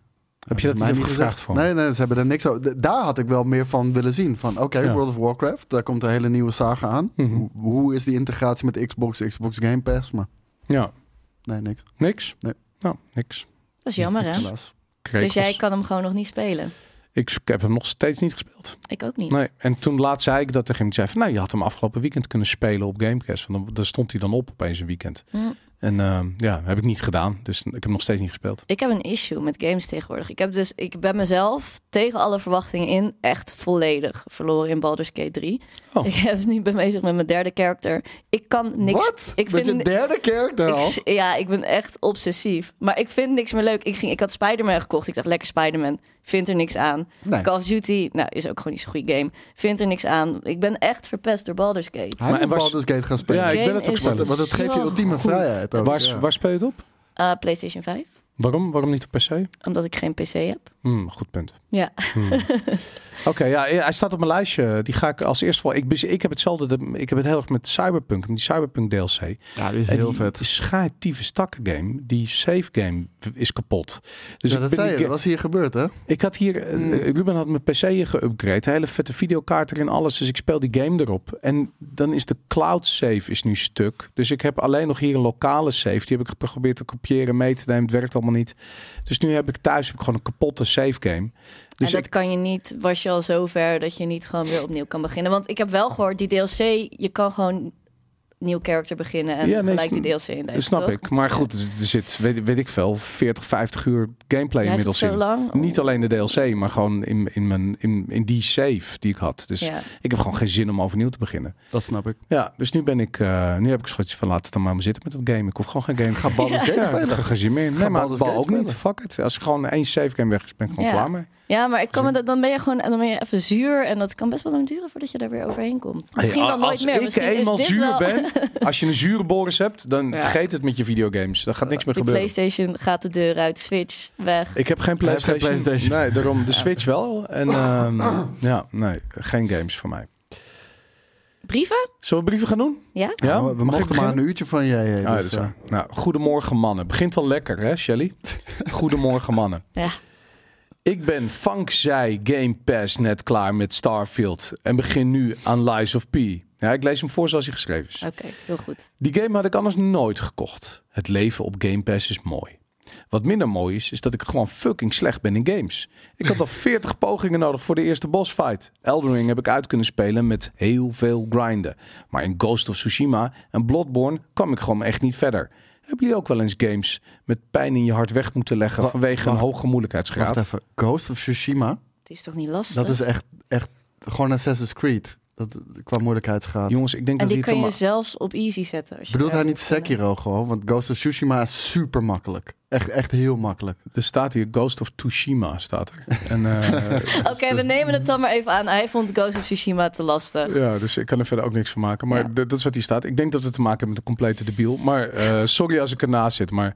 Speaker 1: Heb je dat
Speaker 2: Mij
Speaker 1: niet even gevraagd
Speaker 2: gezegd.
Speaker 1: voor me?
Speaker 2: Nee, nee, ze hebben er niks over. D- Daar had ik wel meer van willen zien. Van oké,
Speaker 1: Ja.
Speaker 2: World of Warcraft, daar komt een hele nieuwe saga aan.
Speaker 1: Mhm.
Speaker 2: Hoe- Hoe is die integratie met Xbox, Xbox Game Pass? Maar
Speaker 1: Ja,
Speaker 2: nee, niks.
Speaker 1: niks?
Speaker 2: Nee.
Speaker 1: Nou, niks.
Speaker 3: Dat is jammer, hè?
Speaker 2: Helaas.
Speaker 1: Krekels.
Speaker 3: Dus jij kan hem gewoon nog niet spelen.
Speaker 1: Ik heb hem nog steeds niet gespeeld.
Speaker 3: Ik ook niet.
Speaker 1: Nee. En toen laat zei ik dat tegen hem. Ik zei van, nou, je had hem afgelopen weekend kunnen spelen op Gamecast. Want dan, daar stond hij dan op opeens een weekend.
Speaker 3: Hm.
Speaker 1: En ehm, ja, heb ik niet gedaan. Dus ik heb nog steeds niet gespeeld.
Speaker 3: Ik heb een issue met games tegenwoordig. Ik heb dus, ik ben mezelf tegen alle verwachtingen in echt volledig verloren in Baldur's Gate 3.
Speaker 1: Oh.
Speaker 3: Ik heb nu ben bezig met mijn derde character. Ik kan niks.
Speaker 2: Wat?
Speaker 3: Ik
Speaker 2: Met
Speaker 3: vind
Speaker 2: je derde character al?
Speaker 3: ik- ja, ik ben echt obsessief. Maar ik vind niks meer leuk. Ik, ging, ik had Spider-Man gekocht. Ik dacht, lekker Spider-Man. Vind er niks aan.
Speaker 2: Nee.
Speaker 3: Call of Duty, nou, is ook gewoon niet zo'n goede game. Vind er niks aan. Ik ben echt verpest door Baldur's Gate.
Speaker 2: Hij
Speaker 1: Maar
Speaker 2: moet
Speaker 1: en was-
Speaker 2: Baldur's Gate gaan spelen.
Speaker 1: Ja, ik ben
Speaker 3: Game
Speaker 1: het ook
Speaker 3: is
Speaker 1: spelen,
Speaker 2: want, want het geeft je
Speaker 3: zo
Speaker 2: ultieme
Speaker 3: goed.
Speaker 2: vrijheid. ook,
Speaker 1: Waar,
Speaker 2: ja.
Speaker 1: waar speel je het op?
Speaker 3: Eh, PlayStation 5,
Speaker 1: Waarom? Waarom niet op PC?
Speaker 3: omdat ik geen PC heb.
Speaker 1: Hmm, goed punt.
Speaker 3: Ja.
Speaker 1: Hmm. Oké, ja, eh, hij staat op mijn lijstje. Die ga ik als eerste voor. Ik, bez- ik heb hetzelfde. de- Ik heb het heel erg met Cyberpunk, met die Cyberpunk DLC.
Speaker 2: Ja, die is
Speaker 1: En
Speaker 2: heel
Speaker 1: die dus
Speaker 2: vet.
Speaker 1: Schijtieve stakken game. Die save game is kapot. Dus
Speaker 2: ja,
Speaker 1: ik,
Speaker 2: dat
Speaker 1: ben
Speaker 2: zei
Speaker 1: die ga-
Speaker 2: je, dat was hier gebeurd, hè?
Speaker 1: ik had hier, eh,
Speaker 3: Hmm.
Speaker 1: Ruben had mijn PC geüpgrade, hele vette videokaart erin, alles. Dus ik speel die game erop. En dan is de cloud save is nu stuk. Dus ik heb alleen nog hier een lokale save. Die heb ik geprobeerd te kopiëren, mee te nemen. Het werkt allemaal niet. Dus nu heb ik thuis heb ik gewoon een kapotte save game. Dus
Speaker 3: en
Speaker 1: ik,
Speaker 3: dat kan je niet, was je al zo ver dat je niet gewoon weer opnieuw kan beginnen. Want ik heb wel gehoord, die DLC, je kan gewoon nieuw character beginnen en
Speaker 1: Ja, nee,
Speaker 3: gelijk die
Speaker 1: sn-
Speaker 3: DLC in
Speaker 1: dat snap ik. Maar
Speaker 3: Ja.
Speaker 1: goed, er zit, weet, weet ik veel, 40, 50 uur gameplay
Speaker 3: Hij zit
Speaker 1: inmiddels
Speaker 3: zo
Speaker 1: in.
Speaker 3: lang.
Speaker 1: Niet alleen de DLC, maar gewoon in, in, mijn, in, in die save die ik had. Dus
Speaker 3: Ja.
Speaker 1: ik heb gewoon geen zin om overnieuw te beginnen.
Speaker 2: Dat snap ik.
Speaker 1: Ja, dus nu ben ik, eh, nu heb ik zoiets van laten dan maar maar zitten met dat game. Ik hoef gewoon geen game.
Speaker 2: Ga Baldur's Gate
Speaker 1: Ja, ik
Speaker 2: spelen.
Speaker 1: heb geen zin meer. Nee, maar
Speaker 2: Baldur's
Speaker 1: bal
Speaker 2: Gate
Speaker 1: ook niet.
Speaker 2: spelen.
Speaker 1: Fuck it. Als ik gewoon één save game weg is, ben ik gewoon
Speaker 3: Ja.
Speaker 1: klaar mee.
Speaker 3: Ja, maar ik kan me dat, dan ben je gewoon en dan ben je even zuur en dat kan best wel lang duren voordat je daar weer overheen komt. Misschien dan nooit
Speaker 1: als
Speaker 3: meer.
Speaker 1: ik
Speaker 3: Misschien is
Speaker 1: eenmaal
Speaker 3: dit
Speaker 1: zuur
Speaker 3: wel-
Speaker 1: ben, als je een zure Boris hebt, dan
Speaker 3: Ja.
Speaker 1: vergeet het met je videogames. Dan gaat niks meer
Speaker 3: de
Speaker 1: gebeuren.
Speaker 3: PlayStation gaat de deur uit, Switch weg.
Speaker 1: Ik heb geen
Speaker 2: Hij heeft geen
Speaker 1: PlayStation.
Speaker 2: PlayStation.
Speaker 1: Nee, daarom de Switch wel. En ehm, ja, nee, geen games voor mij.
Speaker 3: Brieven?
Speaker 1: Zullen we brieven gaan doen?
Speaker 3: Ja?
Speaker 1: Ja,
Speaker 2: Nou,
Speaker 1: Mag
Speaker 2: we
Speaker 1: ik
Speaker 2: mochten maar
Speaker 1: beginnen?
Speaker 2: een uurtje van jij. hè,
Speaker 1: Ah, dat
Speaker 2: dus,
Speaker 1: is
Speaker 2: eh,
Speaker 1: waar. Nou, goedemorgen mannen. Begint al lekker, hè, Shelly? Goedemorgen mannen.
Speaker 3: Ja.
Speaker 1: Ik ben vankzij Game Pass net klaar met Starfield en begin nu aan Lies of P. Ja, ik lees hem voor zoals hij geschreven is.
Speaker 3: Oké, heel goed.
Speaker 1: Die game had ik anders nooit gekocht. Het leven op Game Pass is mooi. Wat minder mooi is, is dat ik gewoon fucking slecht ben in games. Ik had al 40 pogingen nodig voor de eerste boss fight. Elden Ring heb ik uit kunnen spelen met heel veel grinden. Maar in Ghost of Tsushima en Bloodborne kwam ik gewoon echt niet verder. Hebben jullie ook wel eens games met pijn in je hart weg moeten leggen
Speaker 2: Wa-
Speaker 1: vanwege een
Speaker 2: wacht.
Speaker 1: hoge moeilijkheidsgraad?
Speaker 2: Wacht even. Ghost of Tsushima,
Speaker 3: Het is toch niet lastig?
Speaker 2: dat is echt, echt gewoon Assassin's Creed. Dat, qua moeilijkheidsgraad.
Speaker 1: Jongens, ik denk
Speaker 3: en
Speaker 1: dat
Speaker 3: die
Speaker 1: die
Speaker 3: kan je dus-
Speaker 1: het
Speaker 3: zelfs op easy zetten. Als je
Speaker 2: Bedoelt
Speaker 3: daar
Speaker 2: hij niet
Speaker 3: moet kunnen.
Speaker 2: Sekiro gewoon? Want Ghost of Tsushima is super makkelijk. Echt, echt heel makkelijk.
Speaker 1: Er staat hier Ghost of Tsushima, staat er. En, eh,
Speaker 3: Oké, we nemen het dan maar even aan. Hij vond Ghost of Tsushima te lastig.
Speaker 1: Ja, dus ik kan er verder ook niks van maken. Maar
Speaker 3: Ja.
Speaker 1: d- dat is wat hier staat. Ik denk dat het te maken heeft met een complete debiel. Maar eh, sorry als ik ernaast zit, maar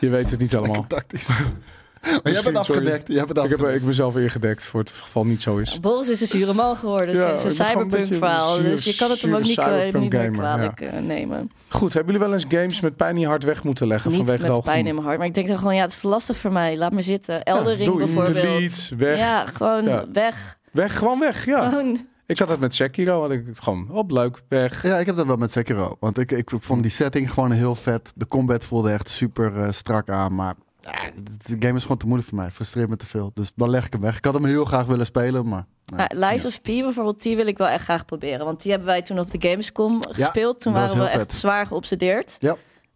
Speaker 1: je weet het niet allemaal.
Speaker 2: Tactisch. maar jij
Speaker 1: Oh. Misschien,
Speaker 2: bent
Speaker 1: sorry.
Speaker 2: afgedekt. Jij bent
Speaker 1: Ik heb eh,
Speaker 2: afgedekt.
Speaker 1: ik ben mezelf ingedekt voor het geval niet zo is.
Speaker 3: Bols is een zure man geworden.
Speaker 1: Ja,
Speaker 3: sinds
Speaker 1: ik
Speaker 3: een
Speaker 1: ben gewoon een
Speaker 3: cyberpunk
Speaker 1: beetje
Speaker 3: verhaal.
Speaker 1: een
Speaker 3: Dus je kan het hem
Speaker 1: zure
Speaker 3: ook niet,
Speaker 1: cyberpunk
Speaker 3: niet meer
Speaker 1: gamer,
Speaker 3: kwalijk eh, nemen.
Speaker 1: Goed, hebben jullie wel eens games met pijn in je hart weg moeten leggen
Speaker 3: Niet
Speaker 1: vanwege de
Speaker 3: met
Speaker 1: hoge
Speaker 3: pijn in mijn hart. Maar ik denk dan gewoon, ja, het is te lastig voor mij. Laat me zitten.
Speaker 1: Ja,
Speaker 3: Elden Ring
Speaker 1: doei,
Speaker 3: bijvoorbeeld.
Speaker 1: delete, weg.
Speaker 3: Ja, gewoon
Speaker 1: Ja.
Speaker 3: weg.
Speaker 1: Weg, gewoon weg, ja.
Speaker 3: Gewoon.
Speaker 1: Ik had het met Sekiro, had ik het gewoon op, leuk, weg.
Speaker 2: Ja, ik heb dat wel met Sekiro. Want ik, ik vond die setting gewoon heel vet. De combat voelde echt super eh, strak aan. Maar ja, de game is gewoon te moeilijk voor mij. Frustreert me te veel. Dus dan leg ik hem weg. Ik had hem heel graag willen spelen, maar... nee.
Speaker 3: Maar Lies of P bijvoorbeeld, die wil ik wel echt graag proberen. Want die hebben wij toen op de Gamescom gespeeld. Toen
Speaker 2: dat was
Speaker 3: waren we
Speaker 2: heel
Speaker 3: echt
Speaker 2: vet.
Speaker 3: zwaar geobsedeerd.
Speaker 1: Die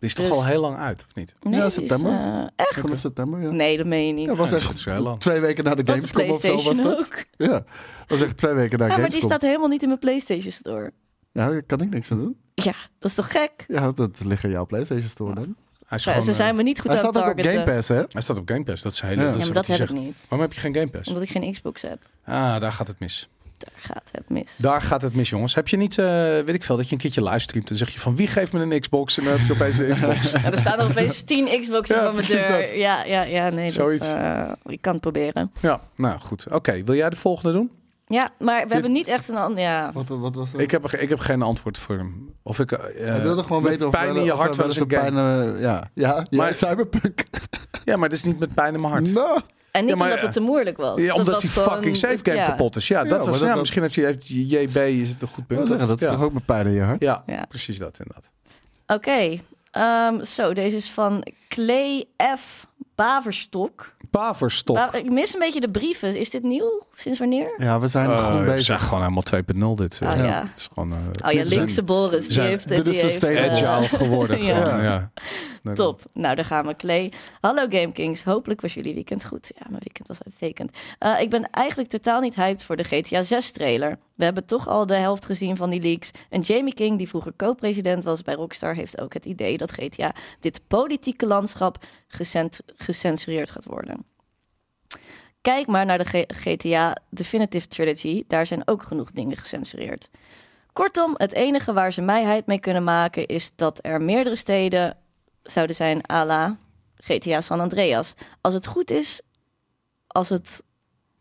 Speaker 1: is toch
Speaker 3: Dus-
Speaker 1: al heel lang uit, of niet?
Speaker 3: Nee, die is,
Speaker 2: september.
Speaker 3: eh, echt?
Speaker 2: Vanaf september, ja.
Speaker 3: Nee, dat meen je niet.
Speaker 2: Ja, was
Speaker 1: Ja, dat is
Speaker 2: echt
Speaker 1: heel lang.
Speaker 2: twee weken na de
Speaker 3: Dat de
Speaker 2: Gamescom of zo was
Speaker 3: PlayStation
Speaker 2: dat.
Speaker 3: ook.
Speaker 2: Ja, dat was echt twee weken na
Speaker 3: Ja, maar die
Speaker 2: Gamescom.
Speaker 3: staat helemaal niet in mijn PlayStation Store.
Speaker 2: Ja, daar kan ik niks aan doen.
Speaker 3: Ja, dat is toch gek?
Speaker 2: Ja, dat ligt in jouw PlayStation Store dan.
Speaker 1: Hij, is
Speaker 3: Ze,
Speaker 1: gewoon,
Speaker 3: Nou ze
Speaker 1: eh,
Speaker 3: zijn me niet goed
Speaker 2: Hij
Speaker 3: aan het
Speaker 2: staat ook op
Speaker 3: targeten.
Speaker 2: Game Pass, hè?
Speaker 1: hij staat op Game Pass, dat is, heel,
Speaker 2: Ja.
Speaker 1: dat
Speaker 3: ja,
Speaker 1: is
Speaker 3: maar
Speaker 1: dus wat
Speaker 3: dat
Speaker 1: hij
Speaker 3: heb
Speaker 1: zegt.
Speaker 3: ik niet.
Speaker 1: Waarom heb je geen Game Pass?
Speaker 3: Omdat ik geen Xbox heb.
Speaker 1: Ah, daar gaat het mis.
Speaker 3: Daar gaat het mis.
Speaker 1: Daar gaat het mis, jongens. Heb je niet, eh, weet ik veel, dat je een keertje livestreamt en zeg je van wie geeft me een Xbox en dan heb je opeens een Xbox.
Speaker 3: Ja, er staan nog opeens 10 Xboxen
Speaker 1: Ja,
Speaker 3: van mijn
Speaker 1: precies
Speaker 3: deur.
Speaker 1: dat.
Speaker 3: Ja, ja, ja, nee.
Speaker 1: Zoiets.
Speaker 3: Dat, eh, ik kan het proberen.
Speaker 1: Ja, nou goed. Oké, wil jij de volgende doen?
Speaker 3: Ja, maar we hebben niet echt een ander... Ja.
Speaker 2: Wat, wat was dat?
Speaker 1: Ik heb, ik heb geen antwoord voor hem. Of ik, eh,
Speaker 2: Hij wilde gewoon
Speaker 1: met
Speaker 2: weten of
Speaker 1: pijn in je hart
Speaker 2: wel
Speaker 1: wel eens een
Speaker 2: een
Speaker 1: game.
Speaker 2: pijn... eh, ja, ja, ja
Speaker 1: Maar-
Speaker 2: Cyberpunk.
Speaker 1: Ja, maar dat is niet met pijn in mijn hart.
Speaker 2: Nou,
Speaker 3: En niet
Speaker 1: Ja, maar,
Speaker 3: omdat het
Speaker 1: eh,
Speaker 3: te moeilijk was.
Speaker 1: Ja,
Speaker 3: Dat
Speaker 1: omdat
Speaker 3: was
Speaker 1: die
Speaker 3: gewoon-
Speaker 1: fucking save game
Speaker 3: ja.
Speaker 1: kapot is. Ja, dat
Speaker 2: Ja,
Speaker 1: was,
Speaker 2: maar dat-
Speaker 1: ja
Speaker 2: dat-
Speaker 1: misschien heeft hij, heeft JB is het een goed
Speaker 2: ik wou
Speaker 1: punt.
Speaker 2: zeggen, dat is
Speaker 1: ja.
Speaker 2: toch ook met pijn in je hart?
Speaker 1: Ja,
Speaker 3: Ja.
Speaker 1: precies dat inderdaad.
Speaker 3: Oké, ehm, zo, deze is van Clay F. Baverstok.
Speaker 1: Paverstok.
Speaker 3: Ba- ik mis een beetje de brieven. Is dit nieuw? Sinds wanneer?
Speaker 2: Ja, we zijn nog
Speaker 1: Eh,
Speaker 2: goed
Speaker 1: het is
Speaker 2: bezig.
Speaker 1: echt gewoon helemaal 2.0 dit.
Speaker 3: Ah,
Speaker 1: Ja.
Speaker 3: ja.
Speaker 1: Het is gewoon eh,
Speaker 3: Oh ja,
Speaker 1: we zijn
Speaker 3: linkse Boris. Die
Speaker 1: zijn-
Speaker 3: heeft,
Speaker 2: dit
Speaker 3: die
Speaker 2: is
Speaker 3: heeft,
Speaker 2: sustainable.
Speaker 3: eh,
Speaker 1: agile geworden.
Speaker 3: ja.
Speaker 1: Gewoon, ja.
Speaker 3: Top. Nou, daar gaan we, Clay. Hallo GameKings. Hopelijk was jullie weekend goed. Ja, mijn weekend was uitstekend. Eh, ik ben eigenlijk totaal niet hyped voor de GTA 6 trailer. We hebben toch al de helft gezien van die leaks. En Jamie King, die vroeger co-president was bij Rockstar, heeft ook het idee dat GTA dit politieke landschap gecent- gecensureerd gaat worden. Kijk maar naar de G- GTA Definitive Trilogy. Daar zijn ook genoeg dingen gecensureerd. Kortom, het enige waar ze mij heid mee kunnen maken is dat er meerdere steden zouden zijn à la GTA San Andreas. Als het goed is, als het...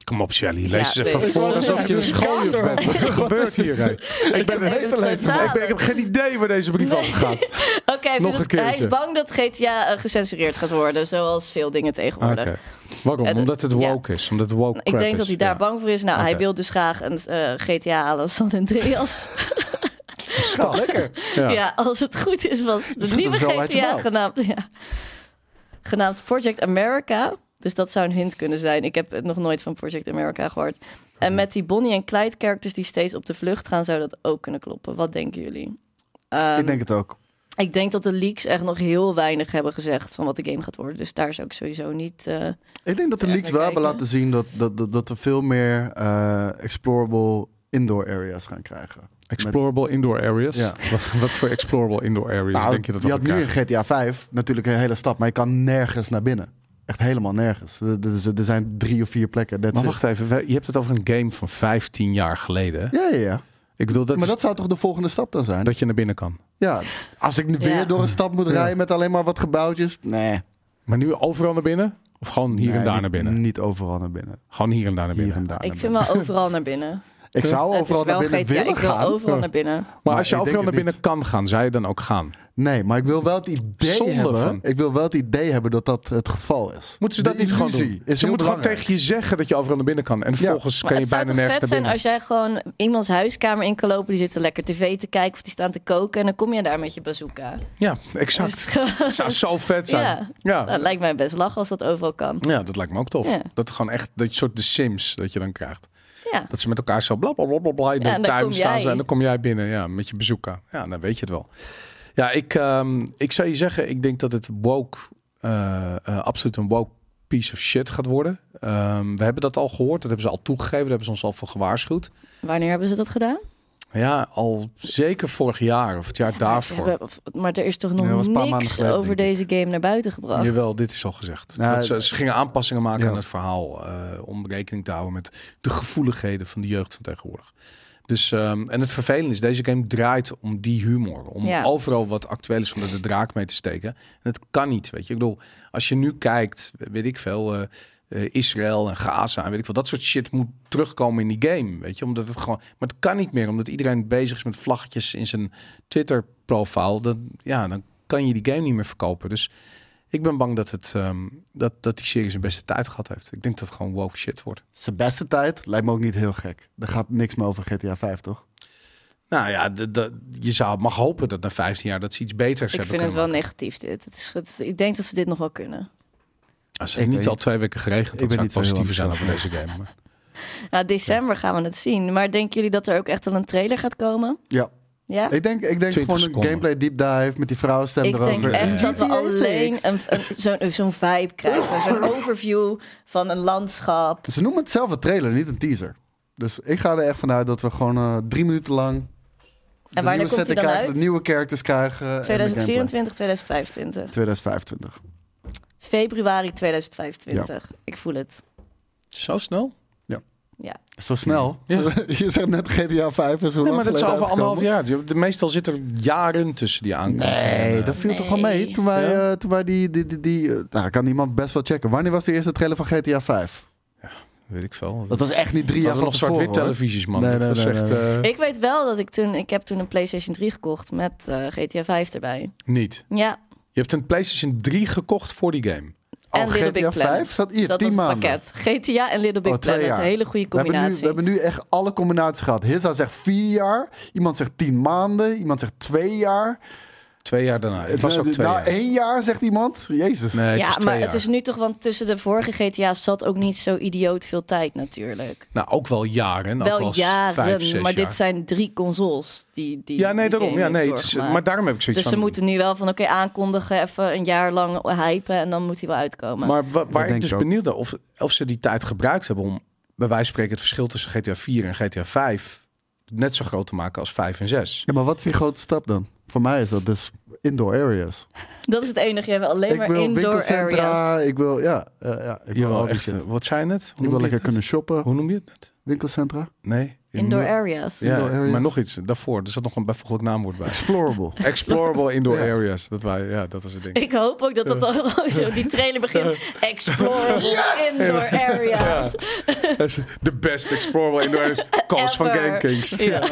Speaker 1: Kom op, Shelly. Lees
Speaker 3: Ja,
Speaker 1: eens even
Speaker 3: nee.
Speaker 1: voor
Speaker 3: Sorry.
Speaker 1: alsof je een schooljuf
Speaker 2: Ja,
Speaker 1: bent. Wat gebeurt hier? hè? Ik ben een
Speaker 3: ben
Speaker 1: hele leven.
Speaker 3: totaal-
Speaker 1: Ik, ben- ik heb geen idee waar deze brief
Speaker 3: Nee.
Speaker 1: over gaat.
Speaker 3: Oké, hij
Speaker 1: Nog
Speaker 3: vindt
Speaker 1: een
Speaker 3: het- hij is
Speaker 1: keertje.
Speaker 3: bang dat GTA eh, gecensureerd gaat worden, zoals veel dingen
Speaker 1: Oké.
Speaker 3: tegenwoordig.
Speaker 1: Waarom?
Speaker 3: Eh, de-
Speaker 1: Omdat het
Speaker 3: ja.
Speaker 1: woke is. Omdat het woke
Speaker 3: Ik
Speaker 1: crap
Speaker 3: denk
Speaker 1: is.
Speaker 3: dat hij daar
Speaker 1: ja.
Speaker 3: bang voor is. Nou, hij
Speaker 1: Oké.
Speaker 3: wil dus graag een eh, GTA à la San Andreas.
Speaker 1: Stad. Lekker. Ja.
Speaker 3: Ja. als het goed is, was de
Speaker 2: schiet
Speaker 3: nieuwe
Speaker 2: hem zo uit je
Speaker 3: GTA
Speaker 2: mouw.
Speaker 3: genaamd, ja, genaamd Project America. Dus dat zou een hint kunnen zijn. Ik heb het nog nooit van Project America gehoord.
Speaker 2: Mhm.
Speaker 3: En met die Bonnie en Clyde characters die steeds op de vlucht gaan, zou dat ook kunnen kloppen. Wat denken jullie? Ehm,
Speaker 2: Ik denk het ook.
Speaker 3: ik denk dat de leaks echt nog heel weinig hebben gezegd van wat de game gaat worden. Dus daar zou ik sowieso niet.
Speaker 2: Ah,
Speaker 3: eh,
Speaker 2: Ik denk dat de
Speaker 3: Ja,
Speaker 2: leaks
Speaker 3: maar
Speaker 2: wel hebben
Speaker 3: kijken.
Speaker 2: laten zien dat, dat, dat, dat we veel meer eh, explorable indoor areas gaan krijgen.
Speaker 1: Explorable indoor areas.
Speaker 2: Ja.
Speaker 1: Wat, wat voor explorable indoor areas
Speaker 2: Nou,
Speaker 1: Dus denk je dat
Speaker 2: je
Speaker 1: we
Speaker 2: had nu in
Speaker 1: krijgen?
Speaker 2: GTA 5 natuurlijk een hele stad, maar je kan nergens naar binnen. Echt helemaal nergens. Er, er- er zijn drie of vier plekken. that's
Speaker 1: Maar
Speaker 2: it.
Speaker 1: wacht even. wij- Je hebt het over een game van 15 jaar geleden. hè?
Speaker 2: Ja, ja, ja.
Speaker 1: Ik bedoel, dat,
Speaker 2: maar
Speaker 1: is-
Speaker 2: dat zou toch de volgende stap dan zijn?
Speaker 1: dat je naar binnen kan.
Speaker 2: Ja, als ik nu weer
Speaker 3: Ja.
Speaker 2: door een stad moet
Speaker 1: Ja.
Speaker 2: rijden met alleen maar wat gebouwtjes. Nee.
Speaker 1: Maar nu overal naar binnen? Of gewoon hier
Speaker 2: Nee,
Speaker 1: en daar
Speaker 2: niet-
Speaker 1: naar binnen?
Speaker 2: Niet overal naar binnen.
Speaker 1: Gewoon hier en daar naar
Speaker 2: Hier
Speaker 1: binnen.
Speaker 2: en daar.
Speaker 3: ik
Speaker 2: naar
Speaker 3: vind
Speaker 2: binnen.
Speaker 3: wel overal naar binnen.
Speaker 2: ik zou
Speaker 3: Hm. Het
Speaker 2: overal
Speaker 3: is wel
Speaker 2: naar binnen
Speaker 3: GTA.
Speaker 2: willen
Speaker 3: ik wil
Speaker 2: gaan.
Speaker 3: overal
Speaker 1: Ja.
Speaker 3: naar binnen.
Speaker 1: Maar,
Speaker 2: Maar
Speaker 1: als je
Speaker 2: ik denk
Speaker 1: overal naar
Speaker 2: het
Speaker 1: binnen kan gaan, zou je dan ook gaan?
Speaker 2: Nee, maar ik wil wel het idee
Speaker 1: Zonde
Speaker 2: hebben.
Speaker 1: van.
Speaker 2: Ik wil wel het idee hebben dat dat het geval is.
Speaker 1: Moeten ze
Speaker 2: De
Speaker 1: dat niet gewoon
Speaker 2: illusie
Speaker 1: doen?
Speaker 2: Is
Speaker 1: ze
Speaker 2: heel
Speaker 1: moeten gewoon
Speaker 2: belangrijk.
Speaker 1: tegen je zeggen dat je overal naar binnen kan. En vervolgens
Speaker 3: Maar
Speaker 1: Dus kan je
Speaker 3: het zou
Speaker 1: bijna
Speaker 3: toch
Speaker 1: nergens
Speaker 3: vet
Speaker 1: naar
Speaker 3: zijn
Speaker 1: binnen.
Speaker 3: als jij gewoon iemands huiskamer in kan lopen. Die zitten lekker tv te kijken of die staan te koken. En dan kom je daar met je bazooka. Dus
Speaker 1: Ja, exact. Het zou zo vet zijn.
Speaker 3: Ja.
Speaker 1: Ja.
Speaker 3: Nou, het
Speaker 1: Ja.
Speaker 3: lijkt mij best lachen als dat overal kan.
Speaker 1: dat lijkt me ook tof.
Speaker 3: Ja.
Speaker 1: Dat gewoon echt, dat soort de Sims dat je dan krijgt.
Speaker 3: Ja.
Speaker 1: Dat ze met elkaar zo blablabla in
Speaker 3: Ja,
Speaker 1: de
Speaker 3: en dan
Speaker 1: tuin
Speaker 3: kom
Speaker 1: staan ze
Speaker 3: jij.
Speaker 1: en dan kom jij binnen ja, met je bezoeker. Ja, dan weet je het wel. Ja, ik, ehm, ik zou je zeggen, ik denk dat het woke, eh, eh, absoluut een woke piece of shit gaat worden. Ehm, we hebben dat al gehoord, dat hebben ze al toegegeven, daar hebben ze ons al voor gewaarschuwd.
Speaker 3: Wanneer hebben ze dat gedaan?
Speaker 1: Ja, al zeker vorig jaar of het jaar
Speaker 3: Ze
Speaker 1: daarvoor.
Speaker 3: hebben- maar er is toch nog
Speaker 2: Ja, dat was een paar maanden
Speaker 3: niks
Speaker 2: geleden,
Speaker 3: over
Speaker 2: denk
Speaker 3: deze game naar buiten gebracht?
Speaker 1: Jawel, dit is al gezegd.
Speaker 2: Nou,
Speaker 1: Dat ze, ze gingen aanpassingen maken
Speaker 2: ja.
Speaker 1: aan het verhaal eh, om rekening te houden met de gevoeligheden van de jeugd van tegenwoordig. Dus, ehm, en het vervelende is, deze game draait om die humor. Om
Speaker 3: Ja.
Speaker 1: overal wat actueel is om er de draak mee te steken. En het kan niet, weet je. Ik bedoel, als je nu kijkt, weet ik veel, eh, eh, Israël en Gaza en weet ik veel. Dat soort shit moet terugkomen in die game, weet je. Omdat het gewoon... Maar het kan niet meer, omdat iedereen bezig is met vlaggetjes in zijn Twitter-profiel. Dan, ja, dan kan je die game niet meer verkopen. Dus ik ben bang dat, het, ehm, dat, dat die serie zijn beste tijd gehad heeft. Ik denk dat het gewoon woke shit wordt.
Speaker 2: Zijn beste tijd lijkt me ook niet heel gek. Er gaat niks meer over GTA 5, toch?
Speaker 1: Nou ja, de, de- je zou mag hopen dat na 15 jaar dat ze iets beters
Speaker 3: Ik
Speaker 1: hebben
Speaker 3: vind het wel
Speaker 1: kunnen maken.
Speaker 3: negatief dit. Het is, het, ik denk dat ze dit nog wel kunnen.
Speaker 1: Als het
Speaker 2: Ik
Speaker 1: niet
Speaker 2: weet
Speaker 1: al twee weken geregend,
Speaker 2: Ik
Speaker 1: dan
Speaker 2: ben
Speaker 1: zou ik
Speaker 2: niet zo heel
Speaker 1: positiever zijn over deze game. Maar-
Speaker 3: Nou, december gaan we het zien. Maar denken jullie dat er ook echt al een trailer gaat komen?
Speaker 2: Ja.
Speaker 3: Ja?
Speaker 2: Ik denk, ik denk
Speaker 1: 20
Speaker 2: gewoon
Speaker 1: seconden.
Speaker 2: een gameplay deep dive met die vrouwenstem
Speaker 3: Ik
Speaker 2: erover.
Speaker 3: denk
Speaker 1: Ja.
Speaker 3: echt dat we
Speaker 2: GTA
Speaker 3: alleen
Speaker 2: 6.
Speaker 3: een, een- zo'n zo'n vibe krijgen. Zo'n overview van een landschap.
Speaker 2: Ze noemen het zelf een trailer, niet een teaser. Dus ik ga er echt vanuit dat we gewoon eh, drie minuten lang... de
Speaker 3: wanneer
Speaker 2: nieuwe
Speaker 3: komt die
Speaker 2: setting
Speaker 3: dan
Speaker 2: krijgen,
Speaker 3: uit?
Speaker 2: eh, de nieuwe characters krijgen. en de gameplay.
Speaker 3: 2024, 2025.
Speaker 2: 2025.
Speaker 3: Februari 2025. Ik voel het.
Speaker 1: Zo snel?
Speaker 2: Zo snel.
Speaker 1: Ja.
Speaker 2: je zegt net GTA 5 is
Speaker 1: Nee,
Speaker 2: hoe lang
Speaker 1: maar dat is
Speaker 2: geleden
Speaker 1: over anderhalf
Speaker 2: uitgekomen?
Speaker 1: jaar. De- Meestal zit er jaren tussen die eh, aankondigingen.
Speaker 2: Nee, dat viel toch wel mee.
Speaker 3: Nee.
Speaker 2: Toen wij,
Speaker 1: Ja.
Speaker 2: eh, toen wij die... die, die, die eh, nou, kan iemand best wel checken. Wanneer was de eerste trailer van GTA 5?
Speaker 1: Weet ik veel.
Speaker 2: Dat was echt niet drie
Speaker 1: Hadden
Speaker 2: jaar
Speaker 1: we
Speaker 2: van
Speaker 1: nog
Speaker 2: tevoren,
Speaker 1: zwart-wit
Speaker 2: hoor.
Speaker 1: televisies, man.
Speaker 2: Nee,
Speaker 1: dat
Speaker 2: nee,
Speaker 1: was
Speaker 2: nee,
Speaker 1: echt eh,
Speaker 3: Ik weet wel dat ik toen... Ik heb toen een PlayStation 3 gekocht met eh, GTA 5 erbij.
Speaker 1: niet.
Speaker 3: Ja,
Speaker 1: Je hebt een PlayStation 3 gekocht voor die game.
Speaker 2: Oh,
Speaker 3: En Little
Speaker 2: GTA
Speaker 3: Big Planet.
Speaker 2: 5 staat hier,
Speaker 3: dat was
Speaker 2: 10
Speaker 3: het
Speaker 2: maanden.
Speaker 3: pakket. GTA en Little Big
Speaker 2: Oh, twee
Speaker 3: Planet.
Speaker 2: jaar.
Speaker 3: Een hele goede
Speaker 2: We hebben, nu,
Speaker 3: combinatie.
Speaker 2: we hebben nu echt alle combinaties gehad. Hissa zegt vier jaar, iemand zegt tien maanden, iemand zegt twee jaar.
Speaker 1: Twee jaar daarna. Het was ook twee
Speaker 2: Na
Speaker 1: jaar.
Speaker 2: één jaar, zegt iemand. Jezus.
Speaker 1: Nee, het
Speaker 3: ja,
Speaker 1: was twee
Speaker 3: maar
Speaker 1: jaar.
Speaker 3: het is nu toch, want tussen de vorige GTA's zat ook niet zo idioot veel tijd natuurlijk.
Speaker 1: Nou, ook wel jaren. ook
Speaker 3: Wel
Speaker 1: wel
Speaker 3: jaren,
Speaker 1: vijf, zes
Speaker 3: maar
Speaker 1: jaar.
Speaker 3: dit zijn drie consoles die. die
Speaker 1: Ja, nee,
Speaker 3: die
Speaker 1: daarom.
Speaker 3: game
Speaker 1: Ja,
Speaker 3: heeft
Speaker 1: nee, het is,
Speaker 3: doorgemaakt.
Speaker 1: maar daarom heb ik zoiets
Speaker 3: dus ze
Speaker 1: van...
Speaker 3: moeten nu wel van oké aankondigen, even een jaar lang hypen en dan moet hij wel uitkomen.
Speaker 1: Maar wa- waar ik
Speaker 2: denk
Speaker 1: dus
Speaker 2: ik ook.
Speaker 1: benieuwd naar of, of ze die tijd gebruikt hebben om bij wijze van spreken het verschil tussen GTA 4 en GTA 5 net zo groot te maken als 5 en 6.
Speaker 2: Ja, maar wat is die grote stap dan? Voor mij is dat dus indoor areas.
Speaker 3: dat is het enige. Je hebt alleen
Speaker 2: ik
Speaker 3: maar
Speaker 2: wil
Speaker 3: indoor
Speaker 2: winkelcentra,
Speaker 3: areas.
Speaker 2: ik wil, ja, ja, ja ik wil
Speaker 1: Jawel,
Speaker 2: al die
Speaker 1: echt,
Speaker 2: shit.
Speaker 1: eh, wat zijn het? Hoe
Speaker 2: Ik wil
Speaker 1: noem je
Speaker 2: lekker
Speaker 1: het
Speaker 2: kunnen
Speaker 1: net?
Speaker 2: shoppen.
Speaker 1: Hoe noem je het net?
Speaker 2: Winkelcentra.
Speaker 1: Nee.
Speaker 3: Indoor
Speaker 1: areas.
Speaker 3: areas.
Speaker 1: Ja,
Speaker 2: Indoor areas.
Speaker 1: maar nog iets daarvoor. Er zat nog een bijvoeglijk naamwoord bij.
Speaker 2: Explorable.
Speaker 1: Explorable indoor
Speaker 2: Ja.
Speaker 1: areas. Dat, wij, ja, dat was het ding.
Speaker 3: Ik hoop ook dat dat al zo die trailer begint. Explorable indoor areas.
Speaker 1: De best explorable indoor areas. Calls van
Speaker 3: Ever.
Speaker 1: Game Kings.
Speaker 3: Ja.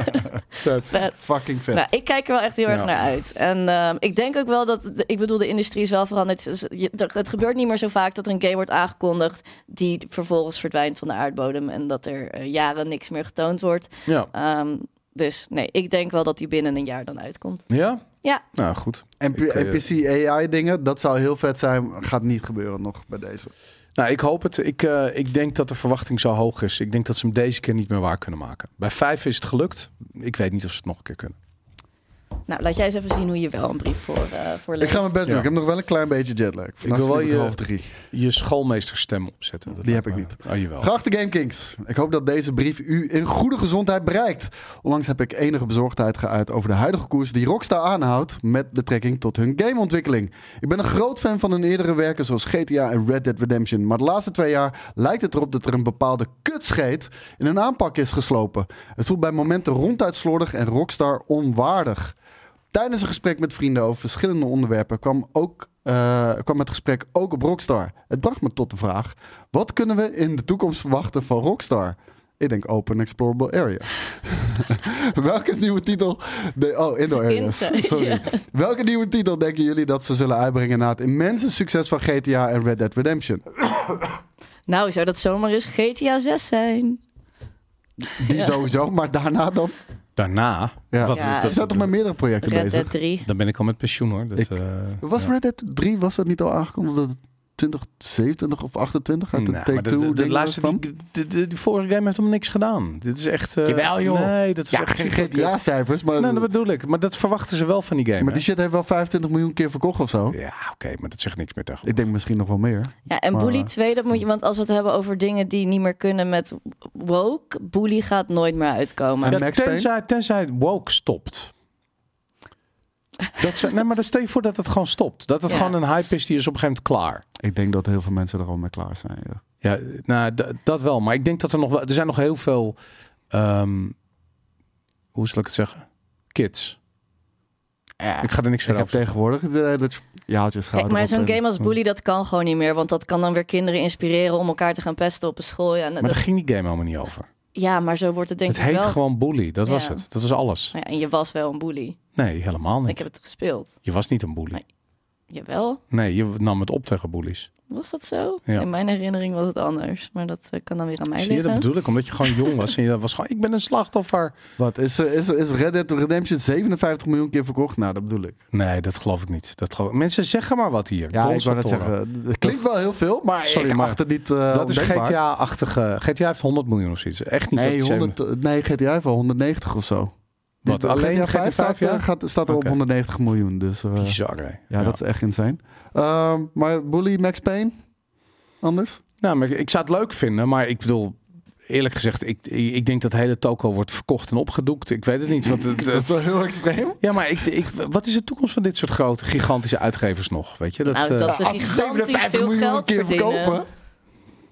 Speaker 1: Vet.
Speaker 3: Vet.
Speaker 2: Fucking vet.
Speaker 3: Nou, ik kijk er wel echt heel
Speaker 1: Ja.
Speaker 3: erg naar uit. En ehm, ik denk ook wel dat, de- ik bedoel, de industrie is wel veranderd. Dus je- er- het gebeurt niet meer zo vaak dat er een game wordt aangekondigd die vervolgens verdwijnt van de aardbodem en dat er eh, jaren niks meer getoond wordt.
Speaker 1: Ja.
Speaker 3: Ehm, dus nee, ik denk wel dat die binnen een jaar dan uitkomt.
Speaker 1: ja?
Speaker 3: Ja.
Speaker 1: Nou, goed.
Speaker 2: En
Speaker 1: Ik, eh,
Speaker 2: NPC AI dingen, dat zou heel vet zijn. Gaat niet gebeuren nog bij deze.
Speaker 1: Nou, ik hoop het. Ik, eh, ik denk dat de verwachting zo hoog is. Ik denk dat ze hem deze keer niet meer waar kunnen maken. Bij vijf is het gelukt. Ik weet niet of ze het nog een keer kunnen.
Speaker 3: Nou, laat jij eens even zien hoe je wel een brief voor, eh voor
Speaker 2: Ik ga mijn best
Speaker 1: Ja.
Speaker 2: doen. Ik heb nog wel een klein beetje jetlag. Vannacht
Speaker 1: wil wel
Speaker 2: sliep ik
Speaker 1: je-
Speaker 2: half drie.
Speaker 1: Je schoolmeesterstem opzetten. Dat
Speaker 2: Die
Speaker 1: lijkt
Speaker 2: heb ik
Speaker 1: me- Oh, jawel.
Speaker 2: Geachte GameKings, ik hoop dat deze brief u in goede gezondheid bereikt. Onlangs heb ik enige bezorgdheid geuit over de huidige koers die Rockstar aanhoudt met betrekking tot hun gameontwikkeling. Ik ben een groot fan van hun eerdere werken zoals GTA en Red Dead Redemption, maar de laatste twee jaar lijkt het erop dat er een bepaalde kutscheet in hun aanpak is geslopen. Het voelt bij momenten ronduit slordig en Rockstar onwaardig. Tijdens een gesprek met vrienden over verschillende onderwerpen kwam, ook, eh, kwam het gesprek ook op Rockstar. Het bracht me tot de vraag: wat kunnen we in de toekomst verwachten van Rockstar? Ik denk open explorable areas. Welke nieuwe titel. De, oh, indoor areas.
Speaker 3: Inside,
Speaker 2: Sorry.
Speaker 3: ja.
Speaker 2: Welke nieuwe titel denken jullie dat ze zullen uitbrengen na het immense succes van GTA en Red Dead Redemption?
Speaker 3: Nou, zou dat zomaar eens GTA 6 zijn?
Speaker 2: Die sowieso, maar daarna dan.
Speaker 1: Daarna.
Speaker 2: Ja.
Speaker 1: Wat-
Speaker 3: Ja.
Speaker 2: Ze zijn toch met meerdere projecten
Speaker 3: Red
Speaker 2: bezig?
Speaker 3: Dead 3.
Speaker 1: Dan ben ik al met pensioen hoor. Dat,
Speaker 2: Ik-
Speaker 1: eh,
Speaker 2: Was
Speaker 1: ja.
Speaker 2: Red Dead 3 was dat niet al aangekondigd dat het 2027 of 28 uit de
Speaker 1: Nou, maar dat-
Speaker 2: Take-Two
Speaker 1: de,
Speaker 2: ding
Speaker 1: de
Speaker 2: was
Speaker 1: laatste,
Speaker 2: dan?
Speaker 1: die, de, de- die vorige game heeft helemaal niks gedaan. Dit is echt... eh,
Speaker 2: Jawel, joh.
Speaker 1: Nee, dat is
Speaker 2: Ja,
Speaker 1: echt...
Speaker 2: geen
Speaker 1: superkut.
Speaker 2: GTA-cijfers, maar,
Speaker 1: Nee, dat bedoel ik. Maar dat verwachten ze wel van die game.
Speaker 2: maar
Speaker 1: hè?
Speaker 2: die shit heeft wel 25 miljoen keer verkocht of zo.
Speaker 1: Ja, oké, maar dat zegt niks meer tegen.
Speaker 2: Ik denk misschien nog wel meer.
Speaker 3: Ja, en
Speaker 2: Maar- eh,
Speaker 3: Bully 2, dat moet je, want als we het hebben over dingen die niet meer kunnen met woke, Bully gaat nooit meer uitkomen.
Speaker 2: En
Speaker 1: Ja,
Speaker 2: Max Payne?
Speaker 1: tenzij, tenzij woke stopt. Dat ze, nee, maar dan stel je voor dat het gewoon stopt. Dat het
Speaker 3: Ja.
Speaker 1: gewoon een hype is die is op een gegeven moment klaar.
Speaker 2: Ik denk dat heel veel mensen er al mee klaar zijn. Ja.
Speaker 1: Ja, nou, d- dat wel. Maar ik denk dat er nog wel... Er zijn nog heel veel... ehm, hoe zal ik het zeggen? Kids. Ik ga er niks verder
Speaker 2: Ik heb
Speaker 1: over
Speaker 2: tegenwoordig het idee dat je- je houdt je
Speaker 3: Kijk,
Speaker 2: schouder
Speaker 3: maar
Speaker 2: op
Speaker 3: zo'n
Speaker 2: en-
Speaker 3: game als Bully, dat kan gewoon niet meer. Want dat kan dan weer kinderen inspireren om elkaar te gaan pesten op een school. Ja, en
Speaker 1: Maar
Speaker 3: dat-
Speaker 1: daar ging die game helemaal niet over.
Speaker 3: ja maar zo wordt het denk
Speaker 1: Het
Speaker 3: ik
Speaker 1: heet
Speaker 3: wel.
Speaker 1: gewoon bully. Dat was
Speaker 3: Ja.
Speaker 1: het. Dat was alles.
Speaker 3: Ja, en je was wel een bully.
Speaker 1: Nee, helemaal
Speaker 3: Ik
Speaker 1: niet.
Speaker 3: heb het gespeeld.
Speaker 1: Je was niet een bully.
Speaker 3: Nee. Jawel.
Speaker 1: Nee, je nam het op tegen bullies.
Speaker 3: Was dat zo?
Speaker 1: Ja.
Speaker 3: In mijn herinnering was het anders. Maar dat eh, kan dan weer aan mij
Speaker 1: Zie je,
Speaker 3: liggen.
Speaker 1: dat bedoel ik. Omdat je gewoon jong was. En je was gewoon, ik ben een slachtoffer.
Speaker 2: Wat, is, eh, is, is Red Dead Redemption 57 miljoen keer verkocht? Nou, dat bedoel ik.
Speaker 1: Nee, dat geloof ik niet. Dat geloof... Mensen zeggen maar wat hier.
Speaker 2: Ja, ik
Speaker 1: Dons
Speaker 2: wou
Speaker 1: op
Speaker 2: net
Speaker 1: toren.
Speaker 2: zeggen. Het klinkt wel heel veel, maar
Speaker 1: Sorry,
Speaker 2: ik
Speaker 1: maar
Speaker 2: acht het niet eh,
Speaker 1: Dat is
Speaker 2: ondenkbaar.
Speaker 1: GTA-achtige. GTA heeft 100 miljoen of zoiets. Echt niet. dat
Speaker 2: Nee,
Speaker 1: die
Speaker 2: 100, nee, GTA heeft wel 170 of zo.
Speaker 1: Wat,
Speaker 2: Dit- eh,
Speaker 1: alleen
Speaker 2: GTA
Speaker 1: GTA
Speaker 2: vijf staat,
Speaker 1: ja?
Speaker 2: eh, gaat, staat er
Speaker 1: Oké.
Speaker 2: op 190 miljoen. Dus eh,
Speaker 1: zeven- Bizar, hè?
Speaker 2: ja, dat is echt insane. Ehm, maar Bully, Max Payne? Anders?
Speaker 1: Nou, maar ik- ik zou het leuk vinden, maar ik bedoel... Eerlijk gezegd, ik, ik ik denk dat de hele toko wordt verkocht en opgedoekt. Ik weet het niet. Want het,
Speaker 2: Dat is wel
Speaker 1: het-
Speaker 2: heel extreem.
Speaker 1: ja, maar ik, ik, wat is de toekomst van dit soort grote, gigantische uitgevers nog? Weet je? Dat,
Speaker 3: Nou,
Speaker 1: eh,
Speaker 3: dat- ze
Speaker 2: Ja, als ze
Speaker 3: gigantisch veel geld verdienen.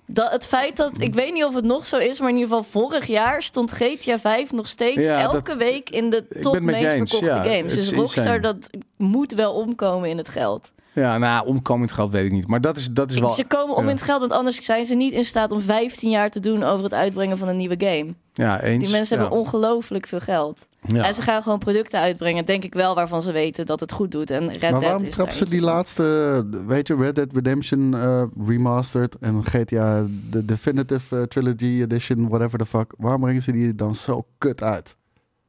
Speaker 3: Dat, het feit dat, ik weet niet of het nog zo is, maar in ieder geval vorig jaar stond GTA 5 nog steeds
Speaker 1: Ja,
Speaker 3: elke
Speaker 1: dat-
Speaker 3: week in de
Speaker 1: ben
Speaker 3: top
Speaker 1: het met je
Speaker 3: meest
Speaker 1: eens,
Speaker 3: verkochte
Speaker 1: ja.
Speaker 3: games.
Speaker 1: Het is
Speaker 3: Dus Rockstar,
Speaker 1: insane.
Speaker 3: dat moet wel omkomen in het geld.
Speaker 1: Ja, nou, omkomend geld weet ik niet. Maar dat is, dat is wel...
Speaker 3: Ze komen om
Speaker 1: ja.
Speaker 3: in het geld, want anders zijn ze niet in staat om 15 jaar te doen over het uitbrengen van een nieuwe game.
Speaker 1: Ja, eens.
Speaker 3: Die mensen
Speaker 1: ja.
Speaker 3: hebben ongelooflijk veel geld.
Speaker 1: Ja.
Speaker 3: En ze gaan gewoon producten uitbrengen, denk ik wel, waarvan ze weten dat het goed doet. En Red
Speaker 2: maar
Speaker 3: Dead
Speaker 2: waarom
Speaker 3: is daar
Speaker 2: trappen ze die
Speaker 3: eentje van.
Speaker 2: laatste, weet je, Red Dead Redemption eh, Remastered en GTA de Definitive eh, Trilogy Edition, whatever the fuck. Waarom brengen ze die dan zo kut uit?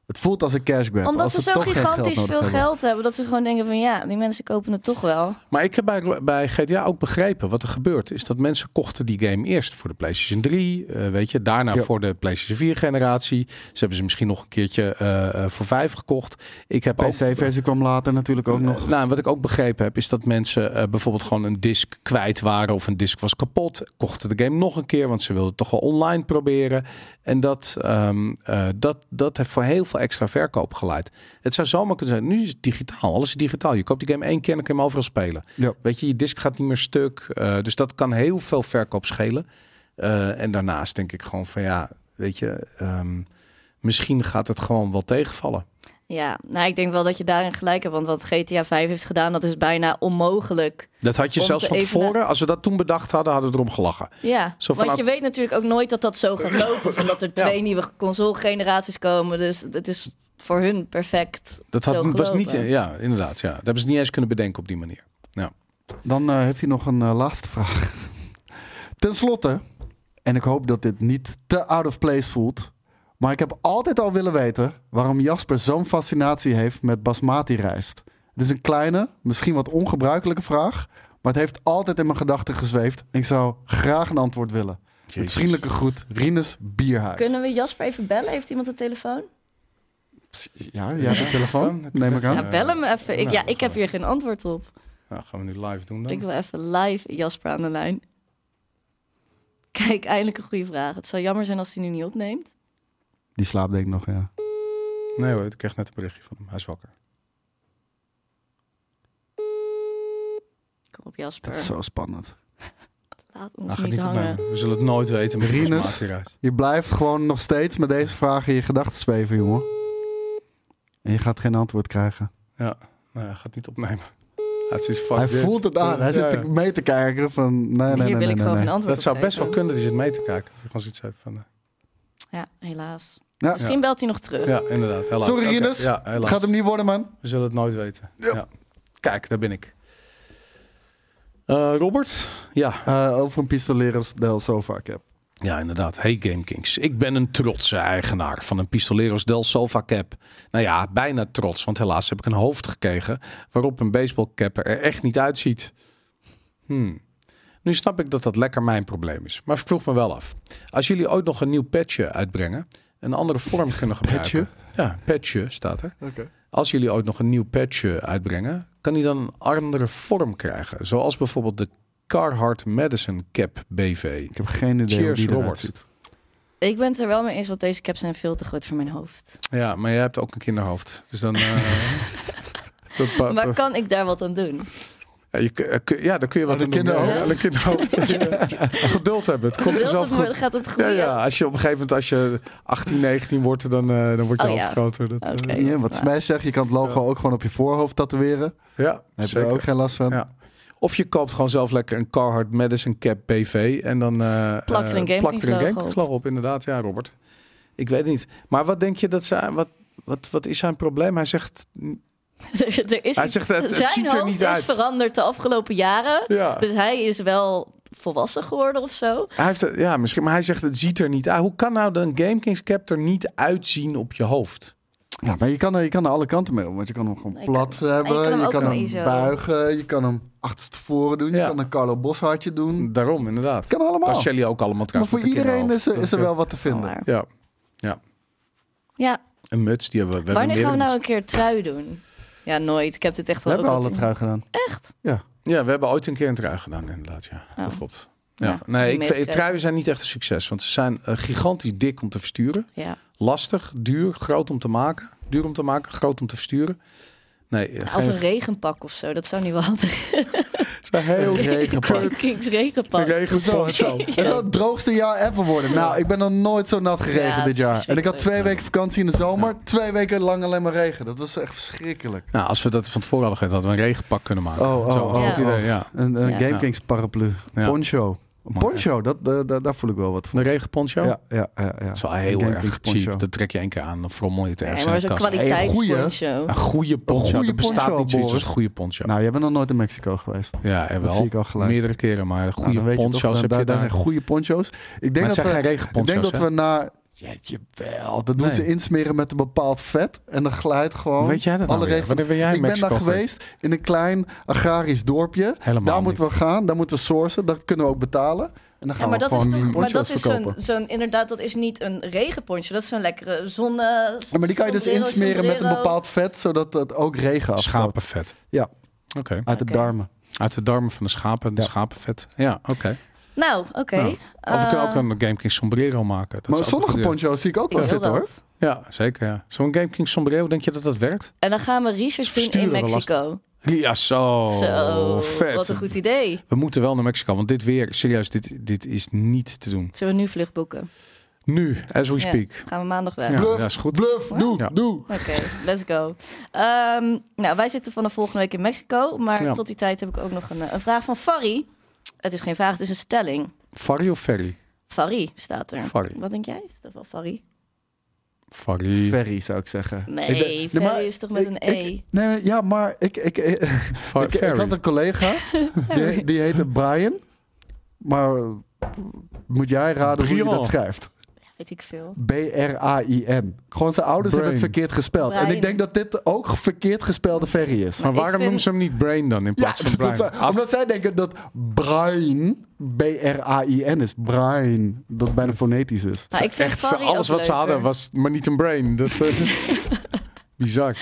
Speaker 2: Het voelt als een cash grab.
Speaker 3: Omdat
Speaker 2: als
Speaker 3: ze zo
Speaker 2: toch geen
Speaker 3: gigantisch
Speaker 2: nodig
Speaker 3: veel
Speaker 2: hebben.
Speaker 3: geld hebben. Dat ze gewoon denken van ja, die mensen kopen het toch wel.
Speaker 1: Maar ik heb bij, bij GTA ook begrepen wat er gebeurt. Is dat mensen kochten die game eerst voor de PlayStation 3. eh, weet je, daarna
Speaker 2: Ja.
Speaker 1: voor de PlayStation 4 generatie. Ze hebben ze misschien nog een keertje eh, eh, voor 5 gekocht. Ik heb ook
Speaker 2: PC-versie kwam later natuurlijk ook nog.
Speaker 1: Eh, Nou, en wat ik ook begrepen heb, is dat mensen eh, bijvoorbeeld gewoon een disc kwijt waren of een disc was kapot. Kochten de game nog een keer, want ze wilden het toch wel online proberen. En dat, ehm, eh, dat, dat heeft voor heel veel extra verkoop geleid. Het zou zomaar kunnen zijn, nu is het digitaal, alles is digitaal. Je koopt die game één keer en dan kun je hem overal spelen.
Speaker 2: Ja.
Speaker 1: Weet je, je disc gaat niet meer stuk. eh, dus dat kan heel veel verkoop schelen. Eh, en daarnaast denk ik gewoon van ja, weet je, ehm, misschien gaat het gewoon wel tegenvallen.
Speaker 3: Ja, nou ik denk wel dat je daarin gelijk hebt. Want wat GTA 5 heeft gedaan, dat is bijna onmogelijk.
Speaker 1: Dat had je
Speaker 3: Om
Speaker 1: zelfs
Speaker 3: te
Speaker 1: van
Speaker 3: even-
Speaker 1: tevoren, als we dat toen bedacht hadden, hadden we erom gelachen.
Speaker 3: Ja,
Speaker 1: Zo
Speaker 3: want
Speaker 1: vanuit-
Speaker 3: je weet natuurlijk ook nooit dat dat zo gaat lopen. Van dat er
Speaker 1: Ja.
Speaker 3: twee nieuwe console-generaties komen. Dus het is voor hun perfect.
Speaker 1: Dat
Speaker 3: Zo
Speaker 1: had, het was niet,
Speaker 3: gelopen.
Speaker 1: ja, inderdaad. Ja. Dat hebben ze niet eens kunnen bedenken op die manier.
Speaker 2: Dan eh, heeft hij nog een eh, laatste vraag. Ten slotte, en ik hoop dat dit niet te out of place voelt. Maar ik heb altijd al willen weten waarom Jasper zo'n fascinatie heeft met basmati rijst. Het is een kleine, misschien wat ongebruikelijke vraag. Maar het heeft altijd in mijn gedachten gezweefd. En ik zou graag een antwoord willen. Met vriendelijke groet, Rinus Bierhuis.
Speaker 3: Kunnen we Jasper even bellen? Heeft iemand een telefoon?
Speaker 2: Ja, jij hebt een telefoon, neem ik
Speaker 1: Ja.
Speaker 2: aan.
Speaker 3: Ja, bel hem even. Ik,
Speaker 1: nou,
Speaker 3: ja,
Speaker 1: dat gaan
Speaker 3: ik heb
Speaker 1: we.
Speaker 3: hier geen antwoord op.
Speaker 1: Nou, gaan we nu live doen dan?
Speaker 3: Ik wil even live Jasper aan de lijn. Kijk, eindelijk een goede vraag. Het zou jammer zijn als hij nu niet opneemt.
Speaker 2: Die slaapt denk ik nog, ja.
Speaker 1: Nee hoor, ik kreeg net een berichtje van hem. Hij is wakker.
Speaker 3: Kom op, Jasper.
Speaker 2: Dat is zo spannend.
Speaker 3: Laat
Speaker 1: Hij
Speaker 3: ons
Speaker 1: Nou, gaat
Speaker 3: niet
Speaker 1: niet
Speaker 3: hangen.
Speaker 1: opnemen. We zullen het nooit weten met
Speaker 2: Rinus.
Speaker 1: Rinus. eruit.
Speaker 2: Je blijft gewoon nog steeds met deze vragen in je gedachten zweven, jongen. En je gaat geen antwoord krijgen.
Speaker 1: Ja, nee, Nou, hij gaat niet opnemen. Hij, had zoiets, fuck
Speaker 2: hij
Speaker 1: dit.
Speaker 2: voelt het aan. Hij
Speaker 1: Ja,
Speaker 2: zit
Speaker 1: ja.
Speaker 2: mee te kijken van... Nee,
Speaker 3: Hier
Speaker 2: nee, nee,
Speaker 3: wil
Speaker 2: nee,
Speaker 3: ik
Speaker 2: nee,
Speaker 3: gewoon
Speaker 2: nee.
Speaker 3: een antwoord
Speaker 1: Dat
Speaker 3: op
Speaker 1: zou best wel
Speaker 3: geven.
Speaker 1: kunnen dat hij zit mee te kijken. Dat ik gewoon zoiets heb van... eh,
Speaker 3: Ja, helaas.
Speaker 2: Ja.
Speaker 3: Misschien belt hij nog terug.
Speaker 1: ja, inderdaad. Helaas.
Speaker 2: Sorry,
Speaker 1: Oké,
Speaker 2: Rinus.
Speaker 1: Ja, helaas.
Speaker 2: Gaat hem niet worden, man.
Speaker 1: We zullen het nooit weten. Ja. Kijk, daar ben ik. Eh, Robert? Ja.
Speaker 2: Eh, over een pistoleros del Sofa cap.
Speaker 1: Ja, inderdaad. Hey GameKings, ik ben een trotse eigenaar van een Pistoleros del Sofa cap. Nou ja, bijna trots, want helaas heb ik een hoofd gekregen waarop een baseballcap er echt niet uitziet. Hmm. Nu snap ik dat dat lekker mijn probleem is, maar ik vroeg me wel af. Als jullie ooit nog een nieuw patchje uitbrengen, een andere vorm kunnen gebruiken. Ja, patchje staat er.
Speaker 2: Oké.
Speaker 1: Als jullie ooit nog een nieuw patchje uitbrengen, kan die dan een andere vorm krijgen. Zoals bijvoorbeeld de Carhartt Madison Cap BV.
Speaker 2: Ik heb geen idee
Speaker 1: Cheers,
Speaker 2: hoe die eruit
Speaker 1: Robert.
Speaker 2: ziet.
Speaker 3: Ik ben het er wel mee eens, want deze caps zijn veel te groot voor mijn hoofd.
Speaker 1: Ja, maar jij hebt ook een kinderhoofd. Dus dan. eh, dat pa-
Speaker 3: Maar
Speaker 1: pa-
Speaker 3: kan ik daar wat aan doen?
Speaker 1: ja, je kun- eh, kun- ja, daar kun je wat
Speaker 2: Aan
Speaker 1: aan
Speaker 2: een
Speaker 1: doen. Ja,
Speaker 2: kinderhoofd.
Speaker 1: aan een kinderhoofd. Ja. Geduld hebben, het komt
Speaker 3: Wilt
Speaker 1: vanzelf
Speaker 3: het maar,
Speaker 1: goed.
Speaker 3: Gaat het goed?
Speaker 1: Ja, ja, als je op een gegeven moment als je 18, 19 wordt, dan, eh, dan wordt je
Speaker 3: Oh,
Speaker 1: hoofd
Speaker 3: ja.
Speaker 1: groter. Dat, eh,
Speaker 3: Oké.
Speaker 2: Ja, wat Smash zegt, je kan het logo ook gewoon op je voorhoofd tatoeëren.
Speaker 1: ja,
Speaker 2: Daar heb je
Speaker 1: zeker.
Speaker 2: er ook geen last van.
Speaker 1: Ja. Of je koopt gewoon zelf lekker een Carhartt Madison Cap PV en dan eh,
Speaker 3: Plakt er een
Speaker 1: eh, plakt er een
Speaker 3: GameKings logo
Speaker 1: GameKings logo op. Inderdaad, ja, Robert. Ik weet het niet. Maar wat denk je dat ze... Wat, wat, wat is zijn probleem? Hij zegt...
Speaker 3: er, er is
Speaker 1: Hij
Speaker 3: iets-
Speaker 1: zegt, het- het
Speaker 3: zijn
Speaker 1: ziet er
Speaker 3: hoofd
Speaker 1: niet
Speaker 3: is
Speaker 1: uit.
Speaker 3: veranderd de afgelopen jaren.
Speaker 1: Ja.
Speaker 3: Dus hij is wel volwassen geworden of zo.
Speaker 1: Hij heeft het, ja, misschien, maar hij zegt het ziet er niet uit. Hoe kan nou een GameKings cap er niet uitzien op je hoofd?
Speaker 2: Ja, maar je kan, er- je kan er alle kanten mee om. Want je kan hem gewoon
Speaker 3: Nee, je
Speaker 2: plat
Speaker 3: kan-
Speaker 2: hebben.
Speaker 3: en je kan hem
Speaker 2: je
Speaker 3: ook
Speaker 2: kan
Speaker 3: nog
Speaker 2: hem
Speaker 3: ISO.
Speaker 2: buigen. Je kan hem achterstevoren doen. Je
Speaker 1: Ja. Mm.
Speaker 2: kan een Carlo Boshartje doen.
Speaker 1: Daarom, inderdaad.
Speaker 2: Het kan allemaal.
Speaker 1: Dat is jullie ook allemaal
Speaker 2: Maar
Speaker 1: trouwens.
Speaker 2: voor
Speaker 1: met een
Speaker 2: iedereen is,
Speaker 1: kinderhoofd.
Speaker 2: is er
Speaker 1: Dat-
Speaker 2: wel wat te vinden.
Speaker 3: Oh, Maar-
Speaker 1: Ja,
Speaker 3: Ja,
Speaker 1: een muts die hebben we. we
Speaker 3: wanneer gaan we
Speaker 1: hebben
Speaker 3: nou
Speaker 1: meerdere
Speaker 3: een keer trui doen? Ja, nooit. Ik heb dit echt
Speaker 2: we
Speaker 3: al
Speaker 2: hebben
Speaker 3: ook
Speaker 2: al het
Speaker 3: al-
Speaker 2: trui gedaan.
Speaker 3: Echt?
Speaker 1: mutsen. Ja, we hebben ooit een keer een trui gedaan, inderdaad. Ja, dat
Speaker 3: Oh.
Speaker 1: klopt. Ja.
Speaker 3: Ja,
Speaker 1: nee, ik, vind-
Speaker 3: meegekregen.
Speaker 1: truien zijn niet echt een succes. Want ze zijn eh, gigantisch dik om te versturen.
Speaker 3: Ja.
Speaker 1: Lastig, duur, groot om te maken. Duur om te maken, groot om te versturen. Nee, eh,
Speaker 3: Of
Speaker 1: geen-
Speaker 3: een regenpak of zo. Dat zou niet wel handig
Speaker 1: het is een heel
Speaker 2: Een regenpak.
Speaker 3: Kings regenpak.
Speaker 2: Zo,
Speaker 1: regenpak.
Speaker 2: zo. Het zou het droogste jaar ever worden. Nou, ik ben nog nooit zo nat geregen
Speaker 3: Ja, het
Speaker 2: dit
Speaker 3: is
Speaker 2: jaar. En ik had
Speaker 3: verschrikkelijk.
Speaker 2: twee weken vakantie in de zomer. Twee weken lang alleen maar regen. Dat was echt verschrikkelijk.
Speaker 1: Nou, als we dat van tevoren hadden gedaan, hadden we een regenpak kunnen maken.
Speaker 2: Oh, oh,
Speaker 1: Zo, een
Speaker 2: oh,
Speaker 1: goed
Speaker 3: oh.
Speaker 1: idee, ja.
Speaker 2: Een, een
Speaker 3: Ja.
Speaker 2: GameKings paraplu.
Speaker 1: Ja.
Speaker 2: Poncho. Een
Speaker 1: Maar
Speaker 2: poncho, dat, eh, da- daar voel ik wel wat voor.
Speaker 1: Een regenponcho?
Speaker 2: Ja, ja, ja. ja.
Speaker 1: Dat is wel heel erg
Speaker 2: Een GameKings poncho.
Speaker 1: cheap. Dat trek je één keer aan, dan frommel je het ergens
Speaker 3: Nee, maar
Speaker 1: in
Speaker 3: zo'n
Speaker 1: de kast.
Speaker 3: kwaliteitsponcho.
Speaker 1: Een goede poncho,
Speaker 2: goede
Speaker 1: er bestaat
Speaker 2: poncho,
Speaker 1: niet zoiets als
Speaker 2: Boris.
Speaker 1: een goede poncho.
Speaker 2: Nou, jij bent nog nooit in Mexico geweest.
Speaker 1: ja, en
Speaker 2: Dat zie
Speaker 1: wel.
Speaker 2: ik al gelijk.
Speaker 1: Meerdere keren, maar
Speaker 2: Nou,
Speaker 1: goede
Speaker 2: dan weet je toch,
Speaker 1: poncho's
Speaker 2: dan-
Speaker 1: heb
Speaker 2: daar,
Speaker 1: je
Speaker 2: daar
Speaker 1: daar.
Speaker 2: zijn goede poncho's. Ik denk
Speaker 1: Maar het
Speaker 2: dat
Speaker 1: zijn
Speaker 2: we,
Speaker 1: geen
Speaker 2: ik denk
Speaker 1: regenponcho's,
Speaker 2: dat we na Jeetje wel. Dat doen
Speaker 1: Nee.
Speaker 2: ze insmeren met een bepaald vet. En dan glijdt gewoon
Speaker 1: Weet jij dat nou
Speaker 2: alle
Speaker 1: weer?
Speaker 2: regen-
Speaker 1: Wanneer ben jij in
Speaker 2: Ik ben
Speaker 1: Mexico
Speaker 2: daar geweest, in een klein agrarisch dorpje.
Speaker 1: Helemaal
Speaker 2: daar moeten
Speaker 1: niet.
Speaker 2: we gaan, daar moeten we sourcen, daar kunnen we ook betalen. En dan gaan
Speaker 3: Ja, maar
Speaker 2: we
Speaker 3: dat is
Speaker 2: gewoon
Speaker 3: toch, maar
Speaker 2: poncho's
Speaker 3: dat is zo'n,
Speaker 2: verkopen.
Speaker 3: zo'n, inderdaad, dat is niet een regenponcho. Dat is zo'n lekkere zon. eh,
Speaker 2: Ja, maar die kan je dus
Speaker 3: sombrero,
Speaker 2: insmeren met een
Speaker 3: sombrero.
Speaker 2: bepaald vet, zodat dat ook regen afstoot.
Speaker 1: Schapenvet.
Speaker 2: Ja.
Speaker 1: Oké.
Speaker 2: Uit de
Speaker 3: Oké.
Speaker 2: darmen.
Speaker 1: Uit de darmen van de schapen, de
Speaker 2: Ja.
Speaker 1: schapenvet. Ja, oké.
Speaker 3: Nou, oké.
Speaker 1: Nou, Of we kunnen ook
Speaker 3: Eh,
Speaker 1: een Game King sombrero maken. Dat
Speaker 2: maar
Speaker 1: is ook
Speaker 2: sommige
Speaker 1: een goed
Speaker 2: poncho's zie ik ook
Speaker 3: ik
Speaker 2: wel
Speaker 3: wil
Speaker 2: zitten
Speaker 3: dat.
Speaker 2: hoor.
Speaker 1: idee. Ja, zeker. Ja. Zo'n Game King sombrero, denk je dat dat werkt?
Speaker 3: En dan gaan we research doen in
Speaker 1: Versturen we
Speaker 3: Mexico.
Speaker 1: Ja, zo.
Speaker 3: Zo,
Speaker 2: Oh,
Speaker 1: vet.
Speaker 3: wat een goed idee.
Speaker 1: We moeten wel naar Mexico, want dit weer, serieus, dit, dit is niet te doen.
Speaker 3: Zullen we nu vlucht boeken?
Speaker 1: Nu, as we
Speaker 3: Ja,
Speaker 1: speak.
Speaker 3: gaan we maandag weg.
Speaker 1: Ja,
Speaker 2: Bluff,
Speaker 1: dat is goed.
Speaker 2: bluff, doe,
Speaker 1: Ja.
Speaker 2: doe.
Speaker 3: Oké, let's go. Ehm, nou, wij zitten vanaf volgende week in Mexico. Maar
Speaker 1: Ja.
Speaker 3: tot die tijd heb ik ook nog een, eh, een vraag van Farry. Het is geen vraag, het is een stelling.
Speaker 1: Farry of Ferry?
Speaker 3: Farry staat er.
Speaker 1: Farry.
Speaker 3: Wat denk jij? Is dat wel Farry?
Speaker 1: Farry.
Speaker 2: Ferry zou ik zeggen.
Speaker 3: Nee,
Speaker 2: Ik denk-
Speaker 3: Farry
Speaker 2: maar
Speaker 3: is toch met
Speaker 2: ik-
Speaker 3: een
Speaker 2: ik-
Speaker 3: E?
Speaker 2: nee, ja, maar ik, ik, ik,
Speaker 1: Fa-
Speaker 2: ik, ik
Speaker 1: Ferry.
Speaker 2: had een collega, die, die heette Brian. Maar eh, moet jij raden hoe je
Speaker 1: Brian.
Speaker 2: dat schrijft?
Speaker 3: Weet ik veel.
Speaker 2: B-R-A-I-N. Gewoon zijn ouders
Speaker 1: Brain.
Speaker 2: hebben het verkeerd gespeld. En
Speaker 3: Brian.
Speaker 2: ik denk dat dit ook verkeerd gespelde Ferry is.
Speaker 1: Maar
Speaker 3: ik
Speaker 1: waarom
Speaker 3: vind-
Speaker 1: noemen ze hem niet Brain dan in plaats van Brian?
Speaker 2: dat zij-
Speaker 1: Als-
Speaker 2: omdat zij denken dat Brian, B-R-A-I-N is. Brian, dat bijna fonetisch is.
Speaker 3: Nou, ik vind
Speaker 1: Echt, ze-
Speaker 3: Farry
Speaker 1: alles
Speaker 3: ook
Speaker 1: wat ze hadden
Speaker 3: leuker.
Speaker 1: was maar niet een brain. Dat, eh, bizar.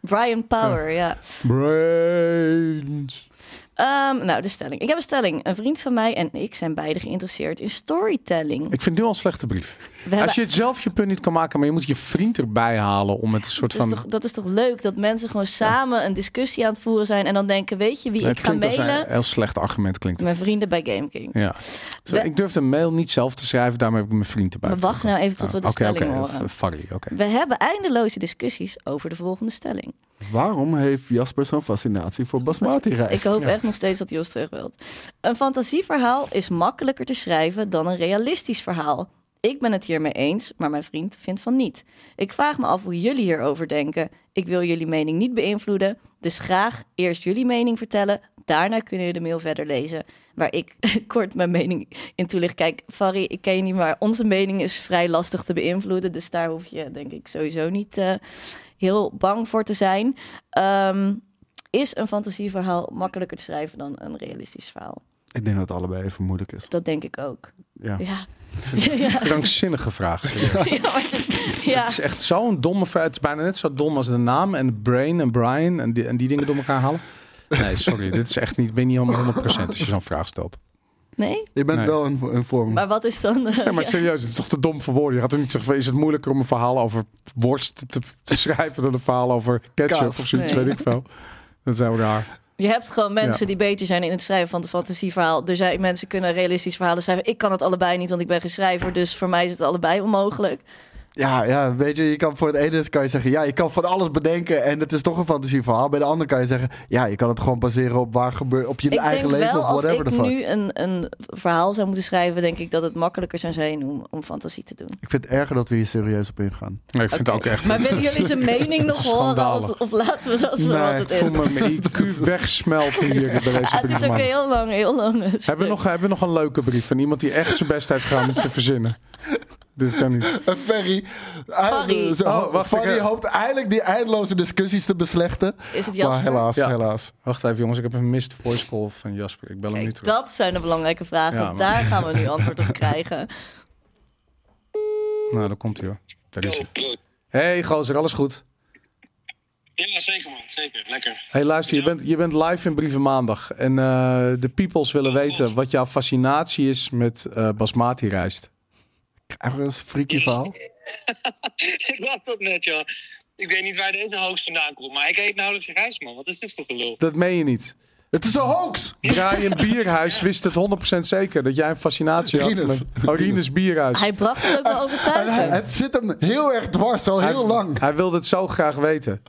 Speaker 3: Brian Power, ja.
Speaker 1: Brains.
Speaker 3: Ehm, nou, de stelling. Ik heb een stelling. Een vriend van mij en ik zijn beide geïnteresseerd in storytelling.
Speaker 1: Ik vind het nu al een slechte brief.
Speaker 3: We hebben-
Speaker 1: Als je het zelf je punt niet kan maken, maar je moet je vriend erbij halen om het een soort
Speaker 3: dat, is
Speaker 1: van...
Speaker 3: toch, dat is toch leuk dat mensen gewoon samen een discussie aan het voeren zijn en dan denken: Weet je wie
Speaker 1: Nee,
Speaker 3: ik
Speaker 1: Nou, het
Speaker 3: ga
Speaker 1: klinkt als
Speaker 3: mailen?
Speaker 1: een heel slecht argument. Klinkt het.
Speaker 3: Mijn vrienden bij Game Kings.
Speaker 1: Ja. Zo,
Speaker 3: We-
Speaker 1: ik durfde een mail niet zelf te schrijven, daarmee heb ik mijn vriend erbij.
Speaker 3: Maar wacht nou even tot we de
Speaker 1: Ah, Oké,
Speaker 3: stelling
Speaker 1: oké,
Speaker 3: horen.
Speaker 1: f- Farley, oké.
Speaker 3: We hebben eindeloze discussies over de volgende stelling.
Speaker 2: Waarom heeft Jasper zo'n fascinatie voor basmati
Speaker 3: Ik
Speaker 2: rijst?
Speaker 3: hoop
Speaker 1: Ja.
Speaker 3: echt nog steeds dat hij ons terug wilt. Een fantasieverhaal is makkelijker te schrijven dan een realistisch verhaal. Ik ben het hiermee eens, maar mijn vriend vindt van niet. Ik vraag me af hoe jullie hierover denken. Ik wil jullie mening niet beïnvloeden, dus graag eerst jullie mening vertellen. Daarna kunnen jullie de mail verder lezen, waar ik kort mijn mening in toelicht. Kijk, Farry, ik ken je niet, maar onze mening is vrij lastig te beïnvloeden. Dus daar hoef je, denk ik, sowieso niet eh, heel bang voor te zijn. Ehm, is een fantasieverhaal makkelijker te schrijven dan een realistisch verhaal? Dus
Speaker 2: Ik denk dat het allebei even moeilijk is.
Speaker 3: Dat denk ik ook.
Speaker 2: Ja.
Speaker 1: Oh.
Speaker 3: Ja. Ja,
Speaker 1: Krankzinnige vraag.
Speaker 3: ja, maar- ja.
Speaker 1: Het is echt zo'n domme vraag. Het is bijna net zo dom als de naam en de brain en Brian en die, en die dingen door elkaar halen. Nee, sorry, dit is echt niet, ben je niet helemaal 100% als je zo'n vraag stelt.
Speaker 3: Oh, Nee?
Speaker 2: Je bent
Speaker 1: Nee.
Speaker 2: wel in, in vorm.
Speaker 3: Maar wat is dan... eh,
Speaker 1: Ja, maar serieus, het is toch te dom voor woorden. Je gaat er niet zeggen, van, is het moeilijker om een verhaal over worst te, te schrijven dan een verhaal over ketchup
Speaker 2: Kaas.
Speaker 1: of zoiets,
Speaker 3: Nee.
Speaker 1: weet ik veel. Dat zijn we daar.
Speaker 3: Je hebt gewoon mensen
Speaker 1: Ja.
Speaker 3: die beter zijn in het schrijven van de fantasieverhaal. Er zijn mensen kunnen realistisch verhalen schrijven. Ik kan het allebei niet, want ik ben geen schrijver. Dus voor mij is het allebei onmogelijk.
Speaker 2: Ja, ja, weet je, je kan voor het ene kan je zeggen, ja, je kan van alles bedenken en het is toch een fantasieverhaal. Bij de ander kan je zeggen, ja, je kan het gewoon baseren op waar gebeurt, op je
Speaker 3: ik
Speaker 2: eigen
Speaker 3: denk
Speaker 2: leven
Speaker 3: wel,
Speaker 2: of
Speaker 3: als
Speaker 2: whatever
Speaker 3: ik
Speaker 2: the fuck.
Speaker 3: nu een, een verhaal zou moeten schrijven, denk ik dat het makkelijker zou zijn om, om fantasie te doen.
Speaker 2: Ik vind het erger dat we hier serieus op ingaan.
Speaker 1: Nee, ik vind het ook
Speaker 3: Oké.
Speaker 1: echt...
Speaker 3: Maar willen jullie zijn mening nog horen?
Speaker 1: Schandalig.
Speaker 3: Of, of laten we dat zo
Speaker 2: Nee,
Speaker 3: wat
Speaker 2: ik
Speaker 1: Ik
Speaker 3: het is?
Speaker 1: voel me mijn IQ wegsmelten hier bij deze
Speaker 3: Ah, het
Speaker 1: brief,
Speaker 3: is ook
Speaker 1: man.
Speaker 3: een heel lang, heel lang eh, stuk.
Speaker 1: Hebben we, nog, hebben we nog een leuke brief van iemand die echt zijn best heeft gedaan om het te verzinnen? Dit kan niet.
Speaker 2: En Eh, Ferry, Ah,
Speaker 3: Farry.
Speaker 2: Zo,
Speaker 1: Oh, wacht,
Speaker 2: Farry
Speaker 1: ik, eh,
Speaker 2: hoopt eigenlijk die eindeloze discussies te beslechten.
Speaker 3: Is het
Speaker 2: Maar
Speaker 3: Jasper?
Speaker 2: helaas,
Speaker 1: Ja.
Speaker 2: helaas.
Speaker 1: Wacht even jongens, ik heb een missed voice call van Jasper. Ik bel hem
Speaker 3: Kijk,
Speaker 1: nu terug.
Speaker 3: dat zijn de belangrijke vragen.
Speaker 1: Ja, maar-
Speaker 3: Daar gaan we nu antwoord op krijgen.
Speaker 1: Nou, daar komt hij hoor. Daar
Speaker 2: Dus-
Speaker 1: is hij.
Speaker 4: Yo,
Speaker 1: Hey gozer, alles goed?
Speaker 4: yo. Ja, zeker man, zeker. Lekker.
Speaker 1: Hey luister, je bent, je bent live in Brieven Maandag. En eh, de peoples willen weten wat jouw fascinatie is met eh, basmati rijst.
Speaker 2: Krijgen we eens een freaky verhaal?
Speaker 4: ik was dat net, joh. Ik weet niet waar deze hoogste vandaan komt, maar ik eet nauwelijks rijst, man. Wat is dit voor gelul?
Speaker 1: Dat meen je niet.
Speaker 2: Het is een hoax!
Speaker 1: Brian Bierhuis wist het 100% zeker dat jij een fascinatie had.
Speaker 2: Rinus.
Speaker 1: met- Oh, Rinus Bierhuis.
Speaker 3: Hij bracht het ook wel
Speaker 2: En hij-
Speaker 3: overtuigend.
Speaker 2: het zit hem heel erg dwars, al heel
Speaker 1: Hij-
Speaker 2: lang.
Speaker 1: Hij wilde het zo graag weten.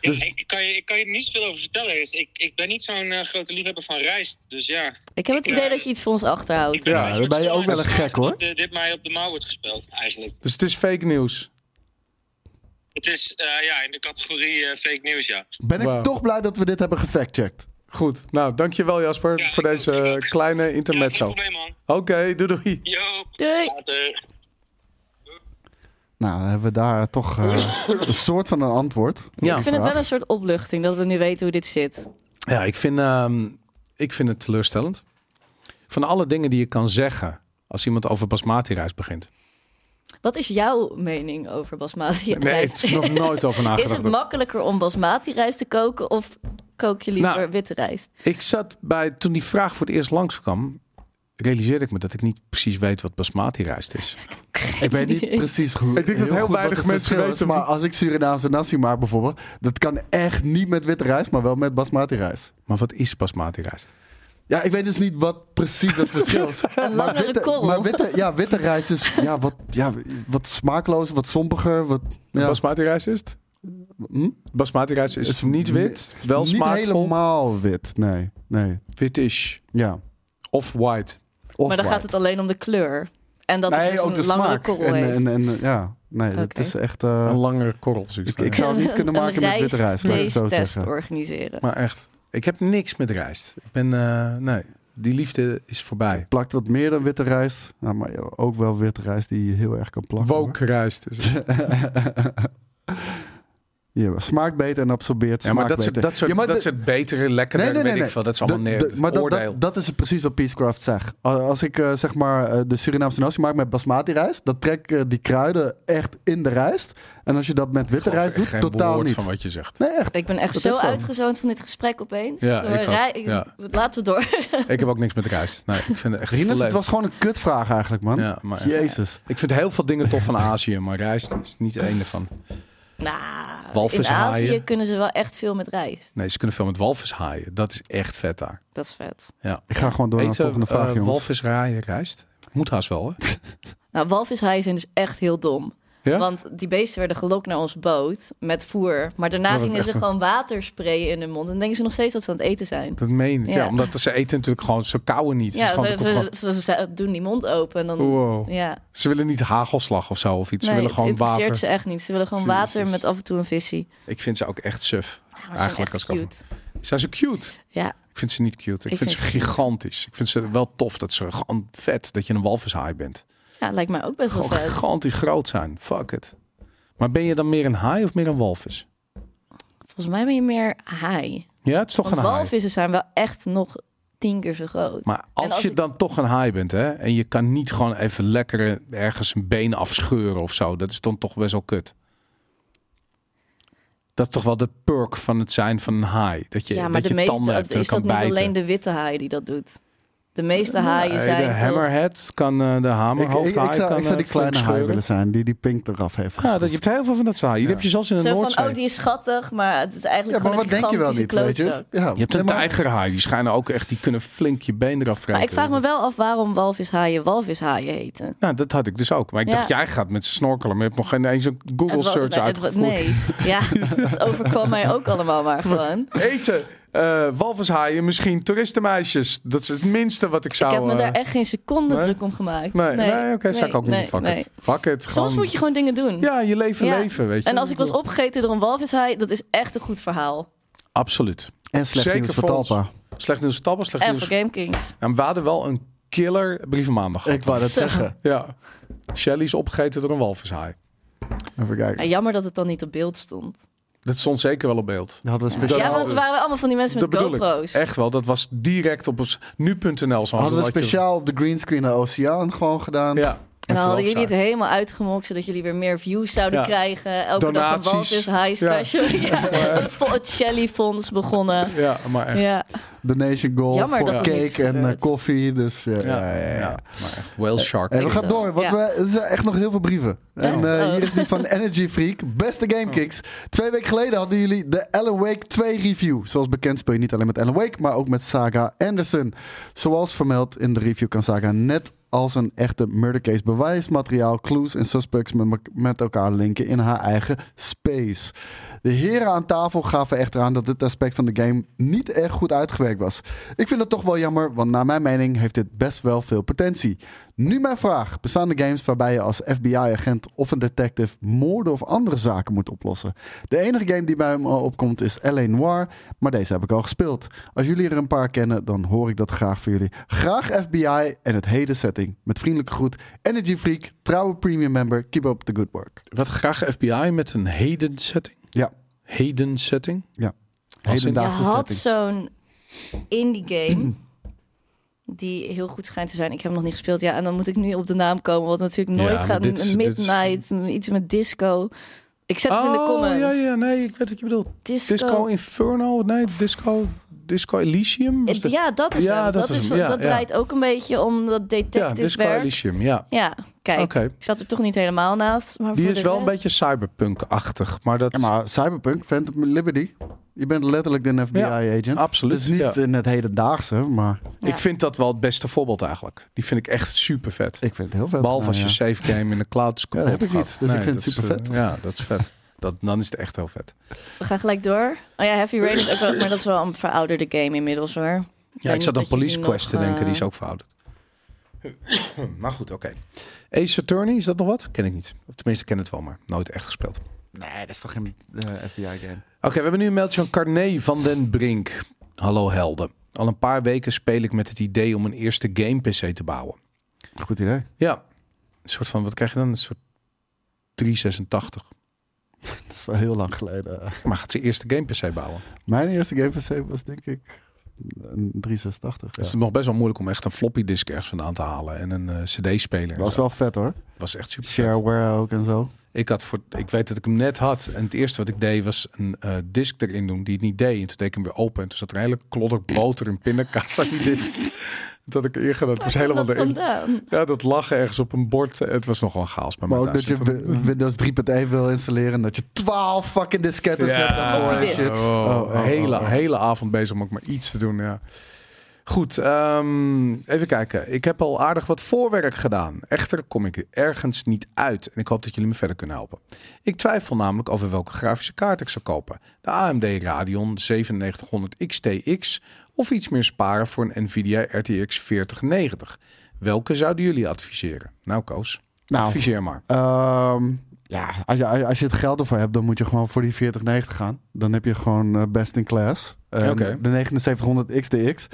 Speaker 4: Ja,
Speaker 2: dus-
Speaker 4: ik, ik kan je, ik kan je er niet zoveel over vertellen. Dus ik, ik ben niet zo'n eh, grote liefhebber van rijst, dus ja.
Speaker 3: Ik heb het idee dat je iets voor ons
Speaker 4: Ik
Speaker 3: achterhoudt.
Speaker 4: ben
Speaker 2: Ja,
Speaker 4: een beetje
Speaker 2: dan ben je
Speaker 4: verstoord
Speaker 2: ook wel een gek, hoor.
Speaker 4: Dat eh, dit mij op de mouw wordt gespeeld, eigenlijk.
Speaker 1: Dus het is fake nieuws.
Speaker 4: Het is, eh, ja, in de categorie eh, fake news, ja.
Speaker 2: Ben ik
Speaker 1: Wauw.
Speaker 2: toch blij dat we dit hebben gefactcheckt.
Speaker 1: Goed, nou dankjewel Jasper
Speaker 4: Ja,
Speaker 1: voor
Speaker 4: ik
Speaker 1: deze
Speaker 4: ook, ik ook.
Speaker 1: kleine
Speaker 4: ja geen
Speaker 1: intermezzo. Oké,
Speaker 4: probleem, man.
Speaker 1: doei doei.
Speaker 4: Yo,
Speaker 3: Doei.
Speaker 4: later.
Speaker 2: Nou, dan hebben we daar toch eh, een soort van een antwoord. op
Speaker 1: Ja.
Speaker 2: die
Speaker 3: Ik vind het
Speaker 2: vraag.
Speaker 3: wel een soort opluchting dat we nu weten hoe dit zit.
Speaker 1: Ja, ik vind, ehm, ik vind het teleurstellend. Van alle dingen die je kan zeggen als iemand over basmati-rijst begint.
Speaker 3: Wat is jouw mening over basmati
Speaker 1: Nee,
Speaker 3: rijst?
Speaker 1: het is nog nooit over
Speaker 3: Is
Speaker 1: nagedacht.
Speaker 3: het makkelijker om basmati rijst te koken of kook je liever
Speaker 1: Nou.
Speaker 3: witte rijst?
Speaker 1: Ik zat bij, toen die vraag voor het eerst langskwam, realiseerde ik me dat ik niet precies weet wat basmati-rijst is.
Speaker 2: Ik weet niet precies goed.
Speaker 1: Ik denk dat heel
Speaker 2: goed wat
Speaker 1: weinig
Speaker 2: het
Speaker 1: mensen
Speaker 2: verschil is,
Speaker 1: weten-
Speaker 2: Maar als ik Surinaamse nasi maak bijvoorbeeld, dat kan echt niet met witte rijst, maar wel met basmati rijst.
Speaker 1: Maar wat is basmati-rijst?
Speaker 2: Ja, ik weet dus niet wat precies dat verschil is.
Speaker 3: Een langere
Speaker 2: witte,
Speaker 3: korrel.
Speaker 2: maar witte, ja, witte rijst is ja, wat, ja, wat smaaklozer, wat sompiger. Wat, ja,
Speaker 1: Basmati-rijst is het?
Speaker 2: hm?
Speaker 1: Basmati-rijst is
Speaker 2: Is
Speaker 1: niet wit, wel
Speaker 2: niet
Speaker 1: smaakvol,
Speaker 2: helemaal wit. Nee, nee.
Speaker 1: witish
Speaker 2: Ja.
Speaker 1: of white.
Speaker 2: Of
Speaker 3: Maar dan
Speaker 2: white.
Speaker 3: gaat het alleen om de kleur. En dat
Speaker 2: nee,
Speaker 3: het dus
Speaker 2: ook de
Speaker 3: een langere
Speaker 2: smaak.
Speaker 3: korrel
Speaker 2: En,
Speaker 3: heeft.
Speaker 2: en, en, ja, nee, dat
Speaker 3: Oké.
Speaker 2: is echt. eh,
Speaker 1: een langere korrel. zoiets
Speaker 2: ik,
Speaker 1: daar,
Speaker 2: ik
Speaker 1: ja.
Speaker 2: zou het niet kunnen
Speaker 3: Een
Speaker 2: maken met witte rijst. laat ik het zo
Speaker 3: rijsttest
Speaker 2: zeggen.
Speaker 3: organiseren.
Speaker 1: Maar echt, ik heb niks met rijst. Ik ben, eh, nee, die liefde is voorbij.
Speaker 2: Plakt wat meer dan witte rijst. Nou, maar ja, ook wel witte rijst die je heel erg kan plakken. hoor.
Speaker 1: Woke rijst. Is het.
Speaker 2: ja, smaakt beter en absorbeert
Speaker 1: Ja, maar
Speaker 2: smaak
Speaker 1: dat
Speaker 2: beter.
Speaker 1: soort, dat soort,
Speaker 2: Ja, maar
Speaker 1: dat
Speaker 2: de-
Speaker 1: soort betere, lekkerder,
Speaker 2: Nee, nee, nee,
Speaker 1: weet ik
Speaker 2: nee.
Speaker 1: veel. Dat is allemaal
Speaker 2: De-
Speaker 1: neer,
Speaker 2: de-
Speaker 1: het
Speaker 2: maar dat,
Speaker 1: oordeel.
Speaker 2: dat, dat is precies wat Peacecraft zegt. Al- Als ik eh, zeg maar eh, de Surinaamse nasi maak met basmati rijst, dan trek ik eh, die kruiden echt in de rijst. En als je dat met witte
Speaker 1: Ik geloof
Speaker 2: rijst doet,
Speaker 1: geen
Speaker 2: totaal
Speaker 1: woord
Speaker 2: niet.
Speaker 1: van wat je zegt.
Speaker 2: Nee, echt.
Speaker 3: Ik ben echt
Speaker 2: Dat
Speaker 3: zo
Speaker 2: is zo.
Speaker 3: uitgezoond van dit gesprek opeens.
Speaker 1: Ja,
Speaker 3: We
Speaker 1: ik ook.
Speaker 3: rij-
Speaker 1: Ja.
Speaker 3: Laten we door.
Speaker 1: Ik heb ook niks met rijst. Nee, ik vind het echt
Speaker 2: Rinus, het
Speaker 1: volledig-
Speaker 2: was gewoon een kutvraag eigenlijk, man.
Speaker 1: Ja, maar echt.
Speaker 2: Jezus.
Speaker 1: Ik vind heel veel dingen tof van Azië, maar rijst is niet één ervan.
Speaker 3: Nou, in
Speaker 1: Walvishaaien.
Speaker 3: Azië kunnen ze wel echt veel met rijst.
Speaker 1: Nee, ze kunnen veel met walvishaaien. Dat is echt vet daar.
Speaker 3: Dat is vet.
Speaker 2: Ik ga gewoon door naar de
Speaker 1: Eten
Speaker 2: volgende vraag,
Speaker 1: eh,
Speaker 2: jongens.
Speaker 1: walvishaaien rijst? Moet haast wel, hè?
Speaker 3: Nou, walvishaaien zijn dus echt heel dom.
Speaker 1: Ja?
Speaker 3: Want die beesten werden gelokt naar onze boot met voer. Maar daarna
Speaker 1: Dat was
Speaker 3: gingen ze
Speaker 1: echt-
Speaker 3: gewoon water sprayen in hun mond. En dan denken ze nog steeds dat ze aan het eten zijn.
Speaker 1: Dat meen je. Ja.
Speaker 3: Ja.
Speaker 1: omdat ze eten natuurlijk gewoon, ze kauwen niet.
Speaker 3: Ja,
Speaker 1: Ja,
Speaker 3: ze,
Speaker 1: ze,
Speaker 3: ze, ze- ze- ze doen die mond open. En dan,
Speaker 1: wow.
Speaker 3: ja.
Speaker 1: ze willen niet hagelslag of zo of iets.
Speaker 3: Nee,
Speaker 1: ze willen
Speaker 3: het
Speaker 1: gewoon
Speaker 3: interesseert
Speaker 1: water.
Speaker 3: ze echt niet. Ze willen gewoon
Speaker 1: Jezus.
Speaker 3: water met af en toe een visie.
Speaker 1: Ik vind ze ook echt suf.
Speaker 3: Ja,
Speaker 1: Eigenlijk
Speaker 3: Eigenlijk
Speaker 1: als
Speaker 3: Oh, echt
Speaker 1: ik af-
Speaker 3: cute.
Speaker 1: Zijn ze cute?
Speaker 3: Ja,
Speaker 1: Ik vind ze niet cute. Ik, vind,
Speaker 3: Ik vind
Speaker 1: ze
Speaker 3: ze cute.
Speaker 1: gigantisch. Ik vind ze wel tof dat ze gewoon vet dat je een walvishaai bent.
Speaker 3: ja, lijkt mij ook best wel
Speaker 1: Gewoon
Speaker 3: vet.
Speaker 1: gigantisch groot zijn. Fuck it. Maar ben je dan meer een haai of meer een walvis?
Speaker 3: Volgens mij ben je meer haai.
Speaker 1: Ja, het is toch
Speaker 3: Want
Speaker 1: een haai.
Speaker 3: walvissen zijn wel echt nog tien keer zo groot.
Speaker 1: Maar als,
Speaker 3: als
Speaker 1: je
Speaker 3: ik-
Speaker 1: dan toch een haai bent hè, en je kan niet gewoon even lekker ergens een been afscheuren of zo, dat is dan toch best wel kut. Dat is toch wel de perk van het zijn van een haai. Dat je,
Speaker 3: ja, maar
Speaker 1: dat
Speaker 3: de
Speaker 1: je
Speaker 3: meeste,
Speaker 1: tanden hebt en
Speaker 3: is
Speaker 1: kan
Speaker 3: dat niet
Speaker 1: bijten.
Speaker 3: alleen de witte haai die dat doet? De meeste haaien
Speaker 1: Nee,
Speaker 3: zijn
Speaker 1: de
Speaker 3: toch-
Speaker 1: hammerhead kan eh, de
Speaker 2: Ik, ik, ik
Speaker 1: hamerhoofdhaai
Speaker 2: zou,
Speaker 1: kan
Speaker 2: ik zou die
Speaker 1: eh,
Speaker 2: kleine
Speaker 1: flink
Speaker 2: haai
Speaker 1: scheuren.
Speaker 2: willen zijn, die die pink eraf heeft
Speaker 1: Ja,
Speaker 2: geschroefd.
Speaker 1: dat, je hebt heel veel van dat saai. Die
Speaker 2: Ja.
Speaker 1: heb je zelfs in de
Speaker 3: Zo van,
Speaker 1: Noordzee.
Speaker 3: oh, die is schattig, maar het is eigenlijk
Speaker 2: Ja, maar
Speaker 3: gewoon
Speaker 2: wat
Speaker 3: een
Speaker 2: denk je wel niet, weet je?
Speaker 3: klootzak.
Speaker 2: Ja,
Speaker 1: Je hebt een
Speaker 2: nee, maar-
Speaker 1: tijgerhaai. Die schijnen ook echt, die kunnen flink je been eraf vreten.
Speaker 3: Maar ik vraag me wel af waarom walvishaaien walvishaaien heten.
Speaker 1: Nou, dat had ik dus ook. Maar ik
Speaker 3: Ja.
Speaker 1: dacht, jij gaat met ze snorkelen. Maar je hebt nog geen eens een Google
Speaker 3: Het wa-
Speaker 1: search
Speaker 3: het wa-
Speaker 1: uitgevoerd.
Speaker 3: Nee, ja, het overkwam mij ook allemaal maar gewoon.
Speaker 1: Eten, eh, walvishaaien, misschien toeristenmeisjes. Dat is het minste wat ik
Speaker 3: Ik
Speaker 1: zou...
Speaker 3: heb me
Speaker 1: eh,
Speaker 3: daar echt geen seconde
Speaker 1: nee.
Speaker 3: druk om gemaakt.
Speaker 1: Nee, nee, oké, zou ik ook
Speaker 3: nee,
Speaker 1: niet. Fuck
Speaker 3: nee.
Speaker 1: it. Fuck it. Gewoon,
Speaker 3: Soms moet je gewoon dingen doen.
Speaker 1: Ja, je leven
Speaker 3: Ja.
Speaker 1: leven, weet je.
Speaker 3: En als ik was opgegeten door een walvishaai, dat is echt een goed verhaal.
Speaker 1: Absoluut.
Speaker 2: En slecht
Speaker 1: Zeker
Speaker 2: nieuws voor
Speaker 1: voor ons.
Speaker 2: Talpa.
Speaker 1: Slecht nieuws voor Tabbas, slecht
Speaker 3: En
Speaker 1: nieuws
Speaker 3: voor
Speaker 1: voor...
Speaker 3: Game Kings.
Speaker 1: Ja, maar we hadden wel een killer brievenmaandag gehad.
Speaker 2: Ik wou dat
Speaker 3: Zo.
Speaker 2: zeggen.
Speaker 1: Ja. Shelly is opgegeten door een walvishaai.
Speaker 2: Even kijken.
Speaker 3: Ja, jammer dat het dan niet op beeld stond.
Speaker 1: Dat stond zeker wel op beeld.
Speaker 2: Dan hadden we
Speaker 1: Dat
Speaker 2: speciaal,
Speaker 3: ja, want er waren allemaal van die mensen met
Speaker 1: dat bedoel
Speaker 3: GoPro's.
Speaker 1: ik. Echt wel. Dat was direct op ons nu.nl. zo
Speaker 2: hadden we
Speaker 1: had je-
Speaker 2: speciaal op de greenscreen naar Oceaan gewoon gedaan.
Speaker 1: Ja.
Speaker 3: En
Speaker 1: Met
Speaker 3: dan hadden
Speaker 1: de
Speaker 3: jullie het
Speaker 1: hoofdzaak.
Speaker 3: helemaal uitgemokt, zodat jullie weer meer views zouden
Speaker 1: Ja.
Speaker 3: krijgen. Elke
Speaker 1: Donaties.
Speaker 3: dag een walvis high special. Ja. Het, vo- het Shelly Fonds begonnen.
Speaker 1: Ja, maar echt.
Speaker 3: Ja.
Speaker 2: Donation goal
Speaker 3: Jammer
Speaker 2: voor
Speaker 3: dat er niks
Speaker 2: cake en
Speaker 3: gebeurt.
Speaker 2: eh, koffie. Dus eh,
Speaker 1: Ja,
Speaker 2: ja, ja, ja.
Speaker 1: ja, Eh, maar echt. Whale Shark.
Speaker 2: Hey, we gaan
Speaker 3: Zo.
Speaker 2: door, want
Speaker 3: Ja.
Speaker 2: we, er zijn echt nog heel veel brieven. En eh,
Speaker 3: Oh.
Speaker 2: hier is die van Energy Freak. Beste Gamekicks. Twee weken geleden hadden jullie de Alan Wake 2 review. Zoals bekend speel je niet alleen met Alan Wake, maar ook met Saga Anderson. Zoals vermeld in de review kan Saga net als een echte murdercase bewijsmateriaal, clues en suspects met, me- met elkaar linken in haar eigen space. De heren aan tafel gaven echter aan dat dit aspect van de game niet erg goed uitgewerkt was. Ik vind het toch wel jammer, want naar mijn mening heeft dit best wel veel potentie. Nu mijn vraag. Bestaan er games waarbij je als FBI-agent of een detective moorden of andere zaken moet oplossen? De enige game die bij me opkomt is L.A. Noir, maar deze heb ik al gespeeld. Als jullie er een paar kennen, dan hoor ik dat graag van jullie. Graag FBI en het hele setting. Met vriendelijke groet, Energy Freak, trouwe premium member, keep up the good work.
Speaker 1: Wat graag FBI met een heden setting.
Speaker 2: Ja.
Speaker 1: Heden setting. Als in-
Speaker 3: Je
Speaker 2: Hedendaagse
Speaker 3: had
Speaker 2: setting.
Speaker 3: zo'n indie game. Die heel goed schijnt te zijn. Ik heb hem nog niet gespeeld. Ja, en dan moet ik nu op de naam komen. Wat natuurlijk nooit
Speaker 1: Ja, maar
Speaker 3: gaat.
Speaker 1: dit is- dit is-
Speaker 3: Midnight, iets met disco. Ik zet het in de comments.
Speaker 1: Oh, ja, ja, nee, ik weet wat je bedoelt.
Speaker 3: Disco.
Speaker 1: Disco, Inferno, nee, Disco, Disco Elysium. was
Speaker 3: Het-
Speaker 1: de-
Speaker 3: Ja, dat is
Speaker 1: Ja,
Speaker 3: hem.
Speaker 1: dat
Speaker 3: Dat,
Speaker 1: was
Speaker 3: is,
Speaker 1: hem. Ja,
Speaker 3: dat
Speaker 1: ja.
Speaker 3: draait ook een beetje om dat
Speaker 1: ja,
Speaker 3: detective
Speaker 1: Disco
Speaker 3: werk.
Speaker 1: Elysium, ja.
Speaker 3: Ja, kijk.
Speaker 1: Oké.
Speaker 3: Ik zat er toch niet helemaal naast. Maar
Speaker 1: Die
Speaker 3: voor
Speaker 1: is
Speaker 3: de
Speaker 1: wel een
Speaker 3: rest-
Speaker 1: beetje cyberpunk-achtig, maar dat...
Speaker 2: Ja, maar Cyberpunk, Phantom Liberty. Je bent letterlijk een FBI-agent.
Speaker 1: absoluut,
Speaker 2: Het is niet
Speaker 1: ja.
Speaker 2: in het hedendaagse, maar
Speaker 3: Ja.
Speaker 1: Ik vind dat wel het beste voorbeeld eigenlijk. Die vind ik echt super vet.
Speaker 2: ik vind het heel vet.
Speaker 1: Behalve
Speaker 2: Nou,
Speaker 1: als
Speaker 2: ja.
Speaker 1: je save game in de cloud is
Speaker 2: Ja, dat
Speaker 1: kapot
Speaker 2: heb ik niet,
Speaker 1: gaat.
Speaker 2: dus ik vind
Speaker 1: dat
Speaker 2: het
Speaker 1: is,
Speaker 2: supervet.
Speaker 1: eh, Ja, dat is vet. Dat, dan is het echt heel vet.
Speaker 3: We gaan gelijk door. Oh ja, Heavy Rain is ook wel... Maar dat is wel een verouderde game inmiddels hoor.
Speaker 1: Ja,
Speaker 3: weet
Speaker 1: ik zat
Speaker 3: niet
Speaker 1: aan
Speaker 3: dat je
Speaker 1: Police
Speaker 3: die nog,
Speaker 1: Quest te denken, die is
Speaker 3: eh,
Speaker 1: ook verouderd. maar goed, oké. Ace Attorney, is dat nog wat? Ken ik niet. Of Tenminste, ik ken het wel, maar nooit echt gespeeld. Oké,
Speaker 2: Nee, dat is toch geen eh, FBI-game.
Speaker 1: we hebben nu een mailtje van Carné van den Brink. Hallo helden. Al een paar weken speel ik met het idee om een eerste game-pc te bouwen.
Speaker 2: Goed idee.
Speaker 1: Ja, een soort van, wat krijg je dan? Een soort 386.
Speaker 2: Dat is wel heel lang geleden.
Speaker 1: Maar gaat ze eerste game-pc bouwen?
Speaker 2: Mijn eerste game PC was denk ik een 386.
Speaker 1: Het is
Speaker 2: Ja.
Speaker 1: nog best wel moeilijk om echt een floppy disk ergens vandaan te halen en een eh, CD-speler.
Speaker 2: Was wel vet hoor.
Speaker 1: was echt super.
Speaker 2: Shareware ook en zo.
Speaker 1: Ik, had voor, ik weet dat ik hem net had. En het eerste wat ik deed was een eh disk erin doen die het niet deed. En toen deed ik hem weer open. En toen zat er een hele klodder boter en pindakaas aan die disk. Dat had ik eerder. Dat was
Speaker 3: Waar
Speaker 1: helemaal
Speaker 3: komt dat
Speaker 1: erin.
Speaker 3: vandaan?
Speaker 1: Ja, dat lag ergens op een bord. Het was nogal een chaos bij
Speaker 2: Maar
Speaker 1: mij
Speaker 2: ook dat
Speaker 1: thuis.
Speaker 2: je Wi- Windows 3.1 wil installeren en dat je 12 fucking disketten hebt.
Speaker 1: ja,
Speaker 2: daarvoor en
Speaker 3: Floppy
Speaker 2: shit.
Speaker 3: disk.
Speaker 1: Oh,
Speaker 2: Oh, oh,
Speaker 1: hele,
Speaker 2: oh, oh.
Speaker 1: hele avond bezig om ook maar iets te doen. Ja. Goed, ehm, even kijken. Ik heb al aardig wat voorwerk gedaan. Echter kom ik ergens niet uit. En ik hoop dat jullie me verder kunnen helpen. Ik twijfel namelijk over welke grafische kaart ik zou kopen. De AMD Radeon 9700 XTX of iets meer sparen voor een Nvidia RTX 4090. Welke zouden jullie adviseren? Nou, Koos,
Speaker 2: Nou,
Speaker 1: adviseer maar.
Speaker 2: Ehm, ja, als je, als je het geld ervoor hebt, dan moet je gewoon voor die 4090 gaan. Dan heb je gewoon eh, best in class. En
Speaker 1: Oké.
Speaker 2: De 7900 XTX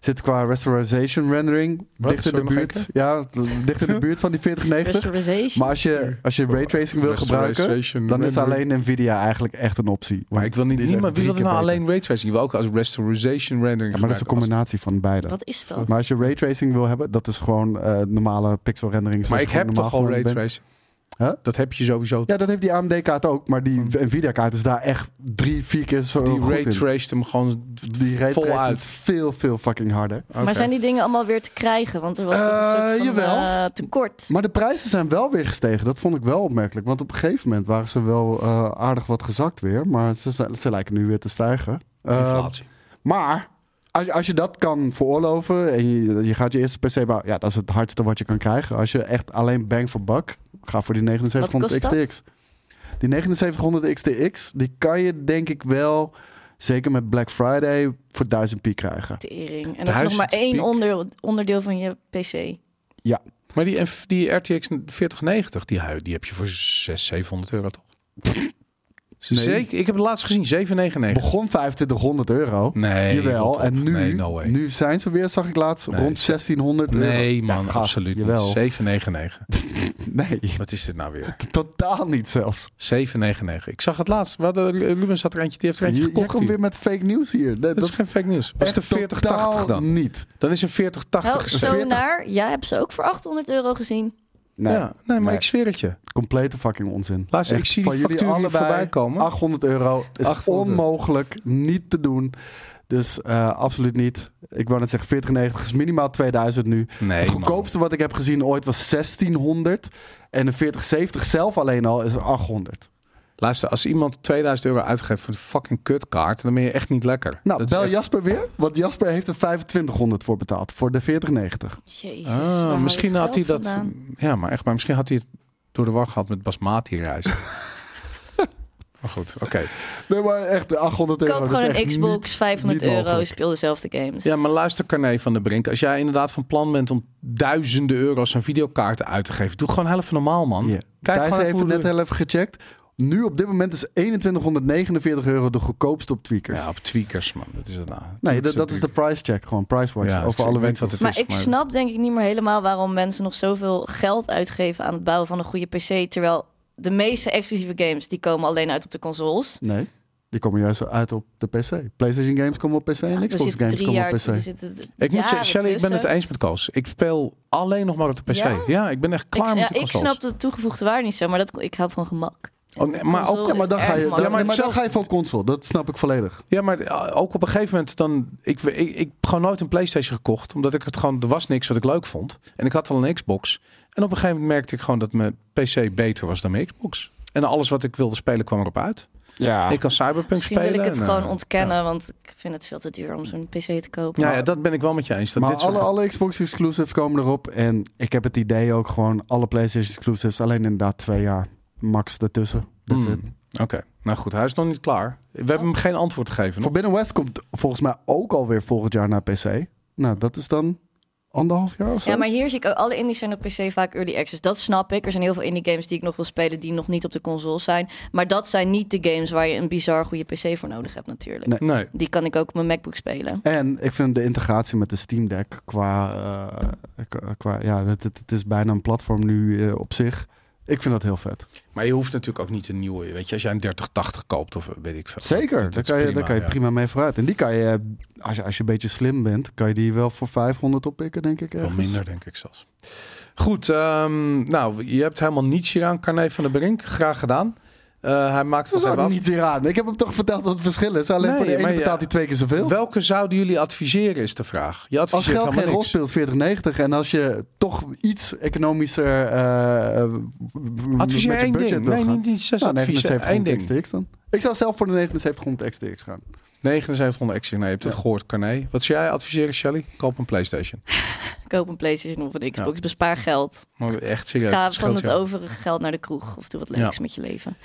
Speaker 2: zit qua restoration rendering
Speaker 1: Wat?
Speaker 2: dicht in
Speaker 1: Sorry,
Speaker 2: de
Speaker 1: nog één
Speaker 2: buurt. Ja, dicht in de buurt van die 4090.
Speaker 3: Restoration.
Speaker 2: Maar als je, als je raytracing wil gebruiken,
Speaker 1: Restoration
Speaker 2: dan is
Speaker 1: rendering.
Speaker 2: alleen Nvidia eigenlijk echt een optie.
Speaker 1: Maar
Speaker 2: Want
Speaker 1: ik wil niet,
Speaker 2: die is
Speaker 1: niemand,
Speaker 2: echt
Speaker 1: wie wil er
Speaker 2: drie
Speaker 1: nou
Speaker 2: keer
Speaker 1: alleen raytracing? Je wil ook als restoration rendering
Speaker 2: beter. Ja, maar dat is
Speaker 1: gebruiken.
Speaker 2: een combinatie van beide.
Speaker 3: Wat is dat?
Speaker 2: Maar als je raytracing wil hebben, dat is gewoon eh, normale pixel rendering.
Speaker 1: Maar
Speaker 2: zoals
Speaker 1: ik
Speaker 2: je
Speaker 1: heb
Speaker 2: normaal
Speaker 1: toch al
Speaker 2: gewoon bent.
Speaker 1: raytracing?
Speaker 2: Huh?
Speaker 1: Dat heb je sowieso.
Speaker 2: Ja, dat heeft die AMD-kaart ook, maar die
Speaker 1: Hmm.
Speaker 2: Nvidia-kaart is daar echt drie, vier keer zo
Speaker 1: die
Speaker 2: goed in.
Speaker 1: raytraced hem gewoon
Speaker 2: Die raytracing
Speaker 1: vol
Speaker 2: is
Speaker 1: uit.
Speaker 2: veel, veel fucking harder.
Speaker 1: Oké.
Speaker 3: Maar zijn die dingen allemaal weer te krijgen? Want er was toch
Speaker 2: Eh,
Speaker 3: een soort van,
Speaker 2: jawel.
Speaker 3: eh, tekort.
Speaker 2: Maar de prijzen zijn wel weer gestegen. Dat vond ik wel opmerkelijk. Want op een gegeven moment waren ze wel eh, aardig wat gezakt weer. Maar ze, zijn- ze lijken nu weer te stijgen. Eh,
Speaker 1: Inflatie.
Speaker 2: maar als, je- als je dat kan veroorloven en je, je gaat je eerste PC bouwen... Ja, dat is het hardste wat je kan krijgen. Als je echt alleen bang voor buck, ga voor die
Speaker 3: Wat
Speaker 2: 7900
Speaker 3: kost dat?
Speaker 2: XTX. Die 7900 XTX, die kan je denk ik wel... Zeker met Black Friday voor 1000 piek krijgen.
Speaker 3: Tering. En dat is nog
Speaker 1: Duizend
Speaker 3: maar één
Speaker 1: piek.
Speaker 3: onder, onderdeel van je PC.
Speaker 1: Maar die, F- die RTX 4090, die, hu- die heb je voor 600, 700 euro toch? Zeker, ik heb het laatst gezien, 799.
Speaker 2: Begon 2500 euro.
Speaker 1: Nee, rot
Speaker 2: jawel.
Speaker 1: op.
Speaker 2: En nu,
Speaker 1: Nee, no way.
Speaker 2: nu zijn ze weer, zag ik laatst,
Speaker 1: Nee,
Speaker 2: rond
Speaker 1: ze-
Speaker 2: 1600 euro.
Speaker 1: Nee,
Speaker 2: Ja,
Speaker 1: man,
Speaker 2: gast,
Speaker 1: absoluut
Speaker 2: jawel.
Speaker 1: niet. 799.
Speaker 2: Nee,
Speaker 1: Wat is dit nou weer?
Speaker 2: totaal niet zelfs.
Speaker 1: 799. Ik zag het laatst. We hadden- Ruben zat er eentje, die heeft er
Speaker 2: Je,
Speaker 1: eentje
Speaker 2: je
Speaker 1: gekocht.
Speaker 2: komt
Speaker 1: hier.
Speaker 2: weer met fake news hier. Nee,
Speaker 1: Dat, is geen fake nieuws. Was de
Speaker 2: echt
Speaker 1: 4080
Speaker 2: totaal
Speaker 1: dan?
Speaker 2: niet.
Speaker 1: Dan is een 4080
Speaker 3: Wel,
Speaker 1: is
Speaker 3: zo
Speaker 2: 40.
Speaker 3: naar. Ja, heb ze ook voor 800 euro gezien.
Speaker 2: Nee,
Speaker 1: ja, nee, maar
Speaker 2: Nee.
Speaker 1: ik zweer het je.
Speaker 2: complete fucking onzin.
Speaker 1: Luister,
Speaker 2: Echt,
Speaker 1: ik zie
Speaker 2: van
Speaker 1: die
Speaker 2: jullie
Speaker 1: factuur hier
Speaker 2: allebei
Speaker 1: voorbij komen.
Speaker 2: 800 euro is
Speaker 1: 800.
Speaker 2: onmogelijk niet te doen. Dus eh, absoluut niet. Ik wou net zeggen, 4090 is minimaal 2000 nu.
Speaker 1: nee,
Speaker 2: het goedkoopste wat ik heb gezien ooit was 1600. En de 4070 zelf alleen al is 800.
Speaker 1: man. Luister, als iemand 2000 euro uitgeeft voor een fucking kutkaart, dan ben je echt niet lekker.
Speaker 2: Nou,
Speaker 1: Dat is
Speaker 2: bel
Speaker 1: echt-
Speaker 2: Jasper weer. Want Jasper heeft er 2500 voor betaald. Voor de 4090.
Speaker 3: Jezus.
Speaker 1: Ah,
Speaker 3: waar haal je
Speaker 1: misschien
Speaker 3: het
Speaker 1: had hij
Speaker 3: geld
Speaker 1: dat.
Speaker 3: vandaan?
Speaker 1: Ja, maar echt, maar misschien had hij het door de war gehad met basmati rijst. Maar goed, oké.
Speaker 2: Nee, maar echt 800 euro.
Speaker 3: Koop
Speaker 2: dat is
Speaker 3: gewoon een
Speaker 2: echt
Speaker 3: Xbox,
Speaker 2: niet-
Speaker 3: 500
Speaker 2: niet
Speaker 3: euro,
Speaker 2: mogelijk.
Speaker 3: speel dezelfde games.
Speaker 1: Ja, maar luister Carné van der Brink. Als jij inderdaad van plan bent om duizenden euro's aan videokaarten uit te geven... doe gewoon heel even normaal, man.
Speaker 2: Ja.
Speaker 1: Kijk
Speaker 2: Thijs
Speaker 1: gewoon even
Speaker 2: heeft
Speaker 1: hoe
Speaker 2: net
Speaker 1: de-
Speaker 2: heel even gecheckt. Nu op dit moment is 2149 euro de goedkoopste op tweakers.
Speaker 1: Ja, op tweakers, man. Dat is het nou.
Speaker 2: nee, dat, dat is de price check. Gewoon price watch.
Speaker 1: Ja,
Speaker 2: over
Speaker 1: ik
Speaker 2: alle
Speaker 1: weet wat
Speaker 2: winkels.
Speaker 1: het
Speaker 3: Maar
Speaker 1: is.
Speaker 3: ik snap denk ik niet meer helemaal waarom mensen nog zoveel geld uitgeven aan het bouwen van een goede PC. Terwijl de meeste exclusieve games die komen alleen uit op de consoles.
Speaker 2: Nee, die komen juist uit op de PC. PlayStation games komen op PC en
Speaker 3: er
Speaker 2: Xbox
Speaker 3: zitten
Speaker 2: games
Speaker 3: drie
Speaker 2: komen op
Speaker 3: jaar.
Speaker 2: PC.
Speaker 3: er zitten
Speaker 1: Ik, moet je,
Speaker 3: jaren
Speaker 1: Shelley, ik ben het
Speaker 3: tussen.
Speaker 1: eens met Koos. Ik speel alleen nog maar op de PC. Ja,
Speaker 3: Ja?
Speaker 1: ik ben echt
Speaker 3: Ik,
Speaker 1: klaar met
Speaker 3: ja,
Speaker 1: de
Speaker 3: ik
Speaker 1: consoles.
Speaker 3: snap de toevoegde waarde niet zo, maar dat, ik hou van gemak.
Speaker 1: Oh, nee, maar ook,
Speaker 3: Console
Speaker 2: Ja, maar
Speaker 3: is
Speaker 2: dan ga
Speaker 3: erg
Speaker 2: je,
Speaker 3: makkelijk.
Speaker 2: ja, maar
Speaker 1: Ja, maar
Speaker 2: dan
Speaker 1: zelfs-
Speaker 2: ga je van console. Dat snap ik volledig.
Speaker 1: Ja, maar eh, ook op een gegeven moment dan... Ik, ik, ik heb gewoon nooit een Playstation gekocht. Omdat ik het gewoon... Er was niks wat ik leuk vond. En ik had al een Xbox. En op een gegeven moment merkte ik gewoon dat mijn PC beter was dan mijn Xbox. En alles wat ik wilde spelen kwam erop uit.
Speaker 2: Ja.
Speaker 1: Ik kan Cyberpunk
Speaker 3: Misschien
Speaker 1: spelen.
Speaker 3: wil ik het
Speaker 1: en, eh,
Speaker 3: gewoon ontkennen, want ik vind het veel te duur om zo'n PC te kopen.
Speaker 1: Ja, ja, dat ben ik wel met je eens. Dat
Speaker 2: maar
Speaker 1: dit soort-
Speaker 2: alle, alle Xbox exclusives komen erop. En ik heb het idee ook gewoon alle PlayStation exclusives. Alleen inderdaad twee jaar max ertussen. That's
Speaker 1: Hmm.
Speaker 2: it.
Speaker 1: Oké, nou goed. Hij is nog niet klaar. We
Speaker 3: Oh.
Speaker 1: hebben hem geen antwoord gegeven. nog.
Speaker 2: Forbidden West komt volgens mij ook alweer volgend jaar naar PC. Nou, dat is dan anderhalf jaar of zo.
Speaker 3: Ja, maar hier zie ik ook, alle indies zijn op PC vaak early access. Dat snap ik. Er zijn heel veel indie games die ik nog wil spelen die nog niet op de consoles zijn. Maar dat zijn niet de games waar je een bizar goede PC voor nodig hebt natuurlijk.
Speaker 2: Nee.
Speaker 1: Nee.
Speaker 3: Die kan ik ook op mijn MacBook spelen.
Speaker 2: En ik vind de integratie met de Steam Deck qua... eh, qua- qua ja, het, het- het is bijna een platform nu eh, op zich. Ik vind dat heel vet.
Speaker 1: Maar je hoeft natuurlijk ook niet een nieuwe. Weet je, als jij een 3080 koopt of weet ik veel.
Speaker 2: Zeker,
Speaker 1: Dat-
Speaker 2: daar
Speaker 1: dat
Speaker 2: kan, je,
Speaker 1: is
Speaker 2: daar kan je
Speaker 1: ja.
Speaker 2: prima mee vooruit. En die kan je, eh, als je, als je een beetje slim bent, kan je die wel voor 500 oppikken, denk ik.
Speaker 1: Wel
Speaker 2: Ergens.
Speaker 1: minder, denk ik zelfs. Goed, ehm, nou, je hebt helemaal niets hier aan, Carné van der Brink. Graag gedaan. Eh, hij maakt
Speaker 2: Dat
Speaker 1: het
Speaker 2: is
Speaker 1: even
Speaker 2: ook
Speaker 1: af.
Speaker 2: niet weer aan. Ik heb hem toch verteld wat het verschil is. Alleen
Speaker 1: Nee,
Speaker 2: voor de
Speaker 1: maar
Speaker 2: ene
Speaker 1: ja.
Speaker 2: betaalt hij twee keer zoveel.
Speaker 1: Welke zouden jullie adviseren, is de vraag. Je
Speaker 2: als
Speaker 1: adviseert
Speaker 2: geld geen
Speaker 1: helemaal
Speaker 2: rol
Speaker 1: niks.
Speaker 2: speelt, 40,90. En als je toch iets economischer eh, eh,
Speaker 1: Adviseer
Speaker 2: met je
Speaker 1: één
Speaker 2: budget
Speaker 1: ding.
Speaker 2: wil
Speaker 1: Nee,
Speaker 2: gaan.
Speaker 1: niet, niet zes
Speaker 2: Nou,
Speaker 1: adviezen. Eén
Speaker 2: 7900
Speaker 1: ding.
Speaker 2: XTX dan. Ik zou zelf voor de 7900 XTX gaan.
Speaker 1: 7900 extra. Nee, je hebt het
Speaker 2: Ja.
Speaker 1: gehoord, Carné. Wat zou jij adviseren, Shelly? Koop een Playstation.
Speaker 3: Koop een PlayStation of een Xbox, bespaar geld.
Speaker 1: Maar echt serieus.
Speaker 3: Ga
Speaker 1: het
Speaker 3: van
Speaker 1: scheelt
Speaker 3: het
Speaker 1: je.
Speaker 3: overige geld naar de kroeg of doe wat leuks met je leven.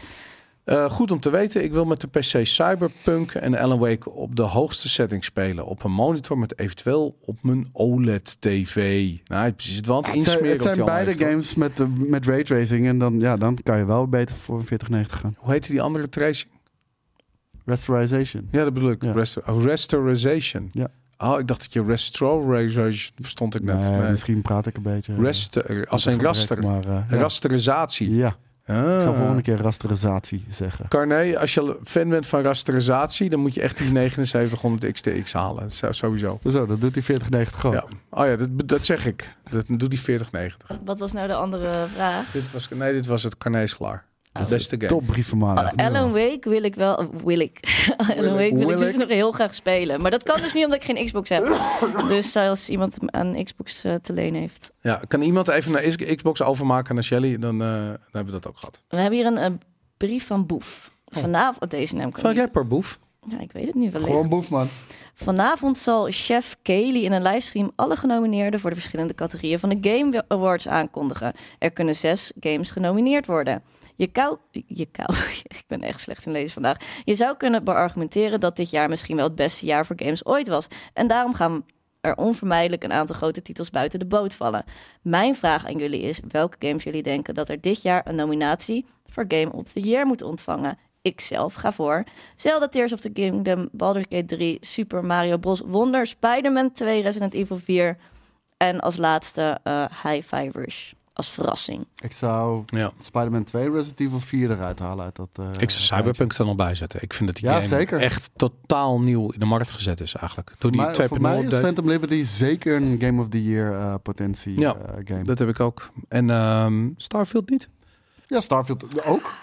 Speaker 1: Eh, goed om te weten, ik wil met de PC Cyberpunk en Alan Wake op de hoogste setting spelen. Op een monitor met eventueel op mijn E OLED-TV. Nou, het is het wel aan het
Speaker 2: het zijn,
Speaker 1: insmeren. wat
Speaker 2: het zijn
Speaker 1: die allemaal
Speaker 2: beide
Speaker 1: heeft, hoor.
Speaker 2: games met, eh, met raytracing. En dan, ja, dan kan je wel beter voor 40,90 gaan.
Speaker 1: Hoe heette die andere tracing?
Speaker 2: Restorization.
Speaker 1: Ja, dat bedoel ik.
Speaker 2: Ja.
Speaker 1: Restor- oh, restorization.
Speaker 2: Ja.
Speaker 1: Oh, ik dacht dat je restoration verstond ik net.
Speaker 2: Nee,
Speaker 1: Nee.
Speaker 2: Misschien praat ik een beetje. eh,
Speaker 1: Raster, als een
Speaker 2: gebrek,
Speaker 1: raster.
Speaker 2: Maar, eh, ja.
Speaker 1: Rasterisatie.
Speaker 2: ja,
Speaker 1: Ah.
Speaker 2: ik zal volgende keer rasterisatie zeggen.
Speaker 1: Carné, als je fan bent van rasterisatie, dan moet je echt die 7900 XTX halen. Zo- Sowieso.
Speaker 2: Zo, dat doet hij 4090 gewoon.
Speaker 1: Ja. Oh ja, dat, dat zeg ik. Dat doe die 4090.
Speaker 3: Wat was nou de andere vraag?
Speaker 1: Dit was, nee, dit was het Carnijslaar.
Speaker 3: Oh.
Speaker 1: Beste game.
Speaker 2: Top brief van maandag.
Speaker 3: Alan Wake Oh, wil ik wel... oh, Wil ik. Alan Wake wil
Speaker 2: Wil
Speaker 3: ik dus
Speaker 2: ik?
Speaker 3: nog heel graag spelen. Maar dat kan dus niet omdat ik geen Xbox heb. Dus als iemand hem aan Xbox eh, te leen heeft.
Speaker 1: Ja, kan iemand even naar Is- Xbox overmaken naar Shelly? Dan, eh, dan hebben we dat ook gehad.
Speaker 3: We hebben hier een, eh, brief van Boef. Vanavond, deze naam kan
Speaker 1: Van
Speaker 3: ik niet.
Speaker 1: rapper Boef.
Speaker 3: Ja, ik weet het niet wellicht.
Speaker 2: Gewoon boef, man.
Speaker 3: Vanavond zal chef Kelly in een livestream alle genomineerden voor de verschillende categorieën van de Game Awards aankondigen. Er kunnen zes games genomineerd worden. Je kou, je kou, ik ben echt slecht in lezen vandaag. Je zou kunnen beargumenteren dat dit jaar misschien wel het beste jaar voor games ooit was. En daarom gaan er onvermijdelijk een aantal grote titels buiten de boot vallen. Mijn vraag aan jullie is welke games jullie denken dat er dit jaar een nominatie voor Game of the Year moet ontvangen. Ik zelf ga voor Zelda Tears of the Kingdom, Baldur's Gate 3, Super Mario Bros. Wonder, Spider-Man 2, Resident Evil 4 en als laatste eh Hi-Fi Rush als verrassing.
Speaker 2: Ik zou
Speaker 1: Ja.
Speaker 2: Spider-Man 2 Resident Evil 4 eruit halen uit dat... eh,
Speaker 1: Ik zou Cyberpunk er nog bij zetten. Ik vind dat die
Speaker 2: Ja,
Speaker 1: game
Speaker 2: zeker.
Speaker 1: echt totaal nieuw in de markt gezet is eigenlijk. Door
Speaker 2: Voor
Speaker 1: die
Speaker 2: mij, eh, voor mij is
Speaker 1: 2.0 update.
Speaker 2: Phantom Liberty zeker een Game of the Year eh, potentie
Speaker 1: Ja,
Speaker 2: eh, game.
Speaker 1: Dat heb ik ook. En ehm, Starfield niet.
Speaker 2: Ja, Starfield ook.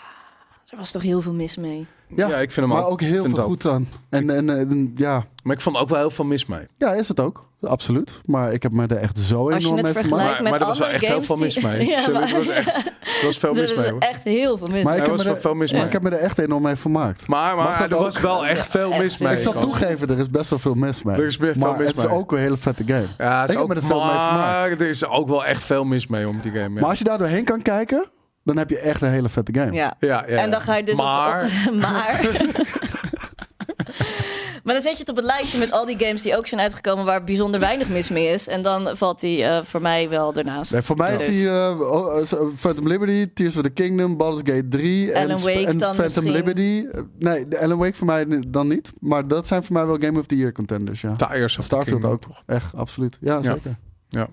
Speaker 3: Er was toch heel veel mis mee.
Speaker 2: Ja,
Speaker 1: ik vind hem
Speaker 2: Maar
Speaker 1: ook.
Speaker 2: ook heel
Speaker 1: vind
Speaker 2: veel
Speaker 1: het ook.
Speaker 2: goed aan. En, en, eh, en ja,
Speaker 1: Maar ik vond er ook wel heel veel mis mee.
Speaker 2: ja, is het ook. Absoluut. Maar ik heb me er echt zo
Speaker 3: Als je
Speaker 2: enorm
Speaker 3: het
Speaker 2: mee vermaakt.
Speaker 3: vergelijkt-
Speaker 1: Maar,
Speaker 3: met
Speaker 1: maar er was wel
Speaker 3: andere
Speaker 1: echt heel
Speaker 3: games
Speaker 1: veel mis
Speaker 3: die-
Speaker 1: mee.
Speaker 3: Ja,
Speaker 1: Sorry,
Speaker 3: maar-
Speaker 1: Er was echt er was veel
Speaker 3: Er
Speaker 1: mis
Speaker 3: is
Speaker 1: mee hoor.
Speaker 3: echt heel veel mis
Speaker 1: Er
Speaker 2: Maar
Speaker 3: mee.
Speaker 2: ik heb
Speaker 1: was
Speaker 2: me
Speaker 1: wel
Speaker 2: er-
Speaker 1: veel mis
Speaker 2: Maar
Speaker 1: mee.
Speaker 2: ik heb me er echt enorm mee vermaakt.
Speaker 1: Maar,
Speaker 2: Mag
Speaker 1: maar
Speaker 2: dat
Speaker 1: er
Speaker 2: ook?
Speaker 1: was wel echt veel
Speaker 3: echt
Speaker 1: mis
Speaker 3: veel.
Speaker 1: mee.
Speaker 2: ik zal
Speaker 1: Koos.
Speaker 2: toegeven, er is best wel veel mis mee.
Speaker 1: Er is best
Speaker 2: maar
Speaker 1: veel mis
Speaker 2: het is
Speaker 1: mee.
Speaker 2: ook een hele vette game.
Speaker 1: Ja, het is
Speaker 2: Ik heb
Speaker 1: ook,
Speaker 2: me er veel mee vermaakt.
Speaker 1: maar er is ook wel echt veel mis mee om die game. ja.
Speaker 2: Maar als je daar doorheen kan kijken, dan heb je echt een hele vette game.
Speaker 3: Ja.
Speaker 1: Ja, ja, ja.
Speaker 3: En dan ga je dus op-
Speaker 1: Maar-
Speaker 3: op- maar... Maar dan zet je het op het lijstje met al die games die ook zijn uitgekomen waar bijzonder weinig mis mee is. En dan valt die eh, voor mij wel ernaast.
Speaker 2: Nee, voor mij is
Speaker 3: Dus-
Speaker 2: die eh, oh, eh, Phantom Liberty, Tears of the Kingdom, Baldur's Gate 3 en,
Speaker 3: Alan
Speaker 2: Sp-
Speaker 3: Wake
Speaker 2: en
Speaker 3: dan
Speaker 2: Phantom
Speaker 3: misschien.
Speaker 2: Liberty. Eh, Nee, de Alan Wake voor mij ni- dan niet. Maar dat zijn voor mij wel Game of the Year contenders, ja.
Speaker 1: Tires of the
Speaker 2: Starfield
Speaker 1: Kingdom.
Speaker 2: ook, toch? Echt, absoluut. Ja,
Speaker 1: Ja.
Speaker 2: zeker.
Speaker 1: Nou,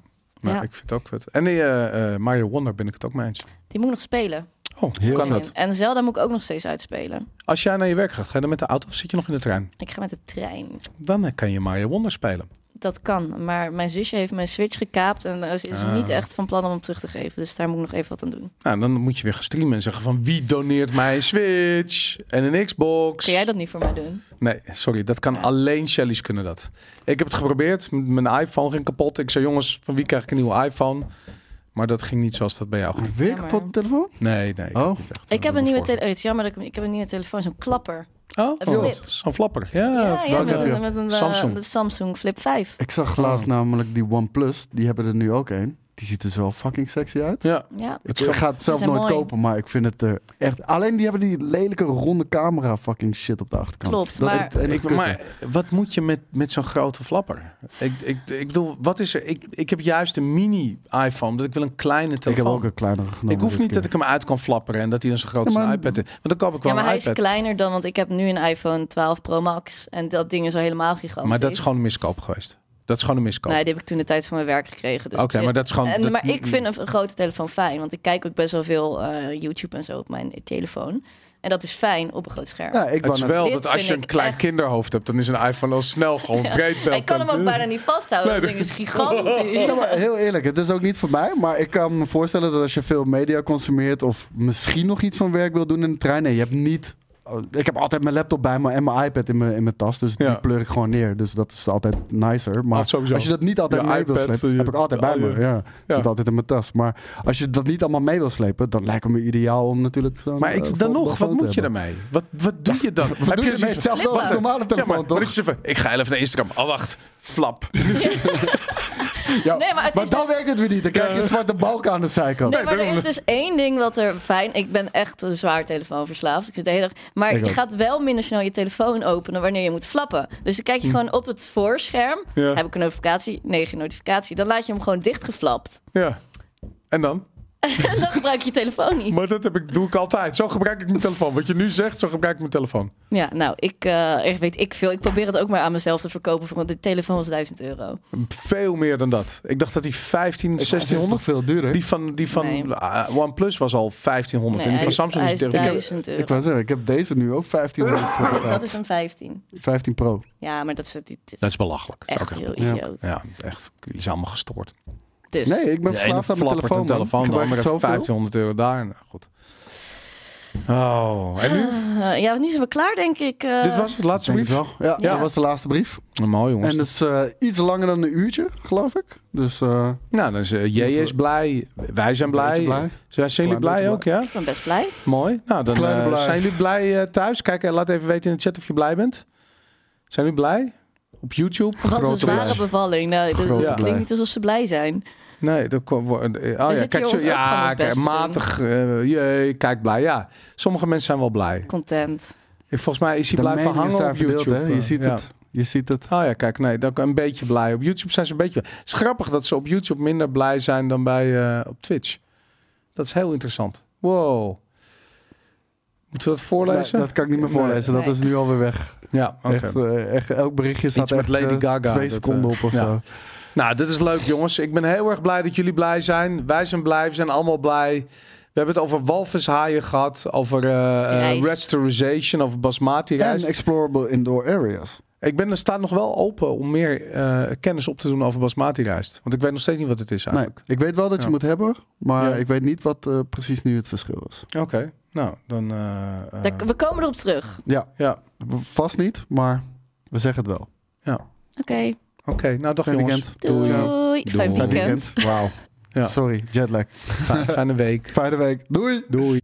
Speaker 3: Ja.
Speaker 1: Ik vind het ook vet. En die, eh, eh, Mario Wonder ben ik het ook mee eens.
Speaker 3: Die moet ik nog spelen.
Speaker 1: Oh, hoe kan dat?
Speaker 3: En Zelda moet ik ook nog steeds uitspelen.
Speaker 1: Als jij naar je werk gaat, ga je dan met de auto of zit je nog in de trein?
Speaker 3: Ik ga met de trein.
Speaker 1: Dan eh, kan je Mario Wonder spelen.
Speaker 3: Dat kan. Maar mijn zusje heeft mijn Switch gekaapt en eh, ze is
Speaker 1: Ah.
Speaker 3: niet echt van plan om hem terug te geven. Dus daar moet ik nog even wat aan doen.
Speaker 1: Nou, dan moet je weer gaan streamen en zeggen van wie doneert mij een Switch en een Xbox.
Speaker 3: Kun jij dat niet voor mij doen?
Speaker 1: Nee, sorry, dat kan alleen Shellys kunnen dat. Ik heb het geprobeerd, m- mijn iPhone ging kapot. Ik zei jongens, van wie krijg ik een nieuwe iPhone? Maar dat ging niet zoals dat bij jou ging.
Speaker 2: Weer
Speaker 3: Jammer.
Speaker 2: kapot telefoon?
Speaker 1: Nee, nee. ik
Speaker 2: Oh.
Speaker 1: heb niet echt, eh,
Speaker 3: Ik heb een
Speaker 1: nummer
Speaker 3: nieuwe
Speaker 1: voor.
Speaker 3: telefoon. Het is jammer dat ik, hem- ik heb een nieuwe telefoon. Zo'n klapper. Een
Speaker 1: Oh,
Speaker 3: flip.
Speaker 1: zo'n flapper. Ja,
Speaker 3: ja, ja,
Speaker 2: welke
Speaker 3: met
Speaker 2: heb
Speaker 3: een,
Speaker 2: je?
Speaker 3: met een eh,
Speaker 1: Samsung.
Speaker 3: de Samsung Flip 5.
Speaker 2: Ik
Speaker 1: Oh.
Speaker 2: zag laatst namelijk die OnePlus. Die hebben er nu ook een. Die ziet er zo fucking sexy uit.
Speaker 1: ja.
Speaker 3: Ja.
Speaker 1: Het
Speaker 2: ik
Speaker 1: scheelt-
Speaker 2: ga het zelf
Speaker 3: zijn
Speaker 2: nooit
Speaker 3: mooi.
Speaker 2: kopen, maar ik vind het er echt... Alleen die hebben die lelijke ronde camera fucking shit op de achterkant.
Speaker 3: Klopt,
Speaker 2: Dat is
Speaker 3: maar-
Speaker 2: het enige
Speaker 1: Ik,
Speaker 2: kutte.
Speaker 1: maar wat moet je met, met zo'n grote flapper? Ik, ik, ik bedoel, wat is er? Ik, ik heb juist een mini iPhone, dat ik wil een kleine
Speaker 2: ik heb
Speaker 1: telefoon.
Speaker 2: ook een kleinere genomen.
Speaker 1: Ik hoef
Speaker 2: dit
Speaker 1: niet
Speaker 2: keer.
Speaker 1: dat ik hem uit kan flapperen en dat hij dan zo groot
Speaker 2: Ja,
Speaker 1: is als een
Speaker 2: maar-
Speaker 1: iPad is. Want dan koop ik wel
Speaker 3: Ja, maar
Speaker 1: een
Speaker 3: hij is
Speaker 1: iPad.
Speaker 3: kleiner dan, want ik heb nu een iPhone 12 Pro Max. En dat ding is al helemaal gigantisch.
Speaker 1: maar dat is gewoon een miskoop geweest. Dat is gewoon een miskoop.
Speaker 3: Nee, die heb ik toen de tijd van mijn werk gekregen. Dus
Speaker 1: Oké,
Speaker 3: op zich-
Speaker 1: maar dat is gewoon...
Speaker 3: En,
Speaker 1: dat-
Speaker 3: maar ik vind een, een grote telefoon fijn, want ik kijk ook best wel veel eh, YouTube en zo op mijn telefoon. En dat is fijn op een groot scherm.
Speaker 2: Ja, ik
Speaker 1: Het
Speaker 2: wou
Speaker 1: is
Speaker 2: net
Speaker 1: wel
Speaker 3: Dit
Speaker 1: dat als
Speaker 3: vind
Speaker 1: je een
Speaker 3: ik
Speaker 1: klein
Speaker 3: echt-
Speaker 1: kinderhoofd hebt, dan is een iPhone al snel gewoon breedbeeld.
Speaker 3: ik kan hem ook bijna niet vasthouden, dat ding is gigantisch.
Speaker 2: Ja, maar heel eerlijk, het is ook niet voor mij. Maar ik kan me voorstellen dat als je veel media consumeert. of misschien nog iets van werk wil doen in de trein. Nee, je hebt niet. oh, Ik heb altijd mijn laptop bij me en mijn iPad in mijn, in mijn tas. Dus
Speaker 1: Ja.
Speaker 2: die pleur ik gewoon neer. Dus dat is altijd nicer. Maar
Speaker 1: Ah, sowieso.
Speaker 2: als je dat niet altijd
Speaker 1: Je
Speaker 2: mee wil
Speaker 1: iPad,
Speaker 2: slepen,
Speaker 1: je-
Speaker 2: heb ik altijd bij
Speaker 1: al
Speaker 2: me.
Speaker 1: je-
Speaker 2: Ja,
Speaker 1: Ja.
Speaker 2: Zit altijd in mijn tas. Maar als je dat niet allemaal mee wil slepen, dan lijkt het me ideaal om natuurlijk zo'n,
Speaker 1: Maar
Speaker 2: eh,
Speaker 1: ik, dan
Speaker 2: vol-
Speaker 1: nog, wat
Speaker 2: foto
Speaker 1: moet
Speaker 2: te
Speaker 1: je
Speaker 2: hebben.
Speaker 1: daarmee? Wat, wat doe je dan?
Speaker 2: Wat doe je
Speaker 1: er
Speaker 2: ermee?
Speaker 1: zoiets van-
Speaker 2: hetzelfde als een
Speaker 3: Flippen.
Speaker 2: normale
Speaker 1: Ja,
Speaker 2: telefoon,
Speaker 1: maar,
Speaker 2: toch?
Speaker 1: maar ik, zit van, ik ga heel even naar Instagram. Oh, wacht. Flap.
Speaker 2: Ja,
Speaker 3: Nee, maar het is
Speaker 2: dan
Speaker 3: dus-
Speaker 2: werkt het weer niet. Dan krijg je een zwarte balk aan de zijkant.
Speaker 3: Nee, maar er
Speaker 1: daarom-
Speaker 3: is dus één ding wat er fijn... Ik ben echt een zwaar telefoonverslaafd. Ik zit de hele dag... Maar
Speaker 2: Ik
Speaker 3: je
Speaker 2: ook.
Speaker 3: gaat wel minder snel je telefoon openen wanneer je moet flappen. Dus dan kijk je gewoon op het voorscherm.
Speaker 1: Hm. Ja.
Speaker 3: Heb ik een notificatie? Nee, geen notificatie. Dan laat je hem gewoon dichtgeflapt.
Speaker 1: Ja. En dan?
Speaker 3: En dan gebruik je je telefoon niet.
Speaker 1: Maar dat heb ik, doe ik altijd. Zo gebruik ik mijn telefoon. Wat je nu zegt, zo gebruik ik mijn telefoon.
Speaker 3: Ja, nou, ik eh, echt weet ik veel. Ik probeer het ook maar aan mezelf te verkopen. voor- Want de telefoon was 1000 euro.
Speaker 1: Veel meer dan dat. Ik dacht dat die 15,
Speaker 2: Ik- het is toch
Speaker 1: 1600...
Speaker 2: veel duurder.
Speaker 1: Die van, die van
Speaker 3: Nee.
Speaker 1: eh, OnePlus was al 1500.
Speaker 3: Nee,
Speaker 1: en die
Speaker 3: hij
Speaker 1: van
Speaker 3: is-
Speaker 1: Samsung
Speaker 3: hij
Speaker 1: is
Speaker 3: is
Speaker 1: tegen.
Speaker 3: thuis. 1000 euro.
Speaker 2: Ik wou zeggen, ik heb deze nu ook 1500 voor betaald.
Speaker 3: Eh, Dat is een 15.
Speaker 2: 15 Pro.
Speaker 3: Ja, maar dat is, dit is
Speaker 1: Dat is belachelijk. Dat is
Speaker 3: echt
Speaker 1: ook
Speaker 3: heel
Speaker 2: ja.
Speaker 3: idioot.
Speaker 1: Ja, echt. Jullie zijn allemaal gestoord.
Speaker 3: Dus,
Speaker 2: Nee, ik ben
Speaker 1: De ene
Speaker 2: verslaafd aan mijn
Speaker 1: flappert
Speaker 2: telefoon.
Speaker 1: een telefoon,
Speaker 2: man. Ik
Speaker 1: de
Speaker 2: gebruik
Speaker 1: andere
Speaker 2: het zoveel.
Speaker 1: 1500 euro daar. Nou, goed. Oh, en nu?
Speaker 3: eh, ja, nu zijn we klaar, denk ik. eh.
Speaker 1: Dit was het laatste
Speaker 2: Denk ik
Speaker 1: brief. Nou,
Speaker 2: wel. Ja,
Speaker 3: Ja.
Speaker 2: dat was de laatste brief.
Speaker 1: Mooi jongens.
Speaker 2: En dat is eh, iets langer dan een uurtje, geloof ik. Dus eh
Speaker 1: nou, dan is eh, J is blij. Wij zijn blij.
Speaker 2: beetje blij.
Speaker 1: Zijn jullie
Speaker 2: Klein
Speaker 1: blij
Speaker 2: beetje
Speaker 1: ook? Ja,
Speaker 3: Ik ben best blij.
Speaker 1: mooi. Nou, dan
Speaker 2: Kleine
Speaker 1: eh,
Speaker 2: blij.
Speaker 1: zijn jullie blij eh, thuis. Kijk, eh, laat even weten in de chat of je blij bent. Zijn jullie blij? Op YouTube?
Speaker 3: Wat een
Speaker 2: Grote
Speaker 3: zware
Speaker 2: blij.
Speaker 3: bevalling. Nou, dat-
Speaker 2: Grote blij.
Speaker 3: dat klinkt niet alsof ze blij zijn.
Speaker 1: Nee, dat kwam. wo- eh, Oh ja,
Speaker 3: zitten
Speaker 1: kijk,
Speaker 3: hier
Speaker 1: zo,
Speaker 3: ons ook gewoon
Speaker 1: ja,
Speaker 3: ons best
Speaker 1: kijk,
Speaker 3: te doen.
Speaker 1: matig. eh, jee, kijk blij. Ja, sommige mensen zijn wel blij.
Speaker 3: Content.
Speaker 1: Ik- Volgens mij is hij
Speaker 2: de
Speaker 1: blij van
Speaker 2: meningen
Speaker 1: hangen
Speaker 2: zijn
Speaker 1: op
Speaker 2: verdeeld,
Speaker 1: YouTube.
Speaker 2: hè. Je
Speaker 1: eh,
Speaker 2: ziet
Speaker 1: ja.
Speaker 2: het. Je ziet het.
Speaker 1: Oh ja, kijk, nee, dan een beetje blij. Op YouTube zijn ze een beetje. Het is grappig dat ze op YouTube minder blij zijn dan bij eh, op Twitch. Dat is heel interessant. Wow. Moeten we dat voorlezen?
Speaker 2: Nee, dat kan ik niet meer voorlezen.
Speaker 3: Nee.
Speaker 2: Dat is nu alweer weg.
Speaker 1: Ja, oké.
Speaker 2: Echt, eh, echt, elk berichtje staat
Speaker 1: met
Speaker 2: echt
Speaker 1: Lady
Speaker 2: eh,
Speaker 1: Gaga,
Speaker 2: twee
Speaker 1: dat,
Speaker 2: seconden
Speaker 1: eh,
Speaker 2: op of
Speaker 1: ja.
Speaker 2: zo.
Speaker 1: Nou, dit is leuk, jongens. Ik ben heel erg blij dat jullie blij zijn. Wij zijn blij, we zijn allemaal blij. We hebben het over walvishaaien gehad, over eh, eh
Speaker 3: Rijst.
Speaker 1: restoration, over basmati
Speaker 2: En
Speaker 1: rijst.
Speaker 2: explorable indoor areas.
Speaker 1: Ik ben er staat nog wel open om meer eh, kennis op te doen over basmati rijst. Want ik weet nog steeds niet wat het is
Speaker 2: Nee,
Speaker 1: eigenlijk.
Speaker 2: Nou, ik weet wel dat je
Speaker 1: Ja.
Speaker 2: moet hebben, maar
Speaker 1: Ja.
Speaker 2: ik weet niet wat eh, precies nu het verschil is.
Speaker 1: Oké, nou, dan... eh, eh,
Speaker 3: Daar- we komen erop terug.
Speaker 2: Ja,
Speaker 1: ja,
Speaker 2: vast niet, maar we zeggen het wel.
Speaker 3: Oké,
Speaker 1: oké. Nou, dag
Speaker 2: Fijn
Speaker 1: jongens.
Speaker 2: weekend.
Speaker 3: doei.
Speaker 1: Doei.
Speaker 3: Fijn
Speaker 1: Doei.
Speaker 2: Fijn
Speaker 3: weekend.
Speaker 2: weekend. Wauw.
Speaker 1: Ja.
Speaker 2: Sorry, jetlag.
Speaker 1: Fijne week.
Speaker 2: Fijne week. Doei.
Speaker 1: Doei.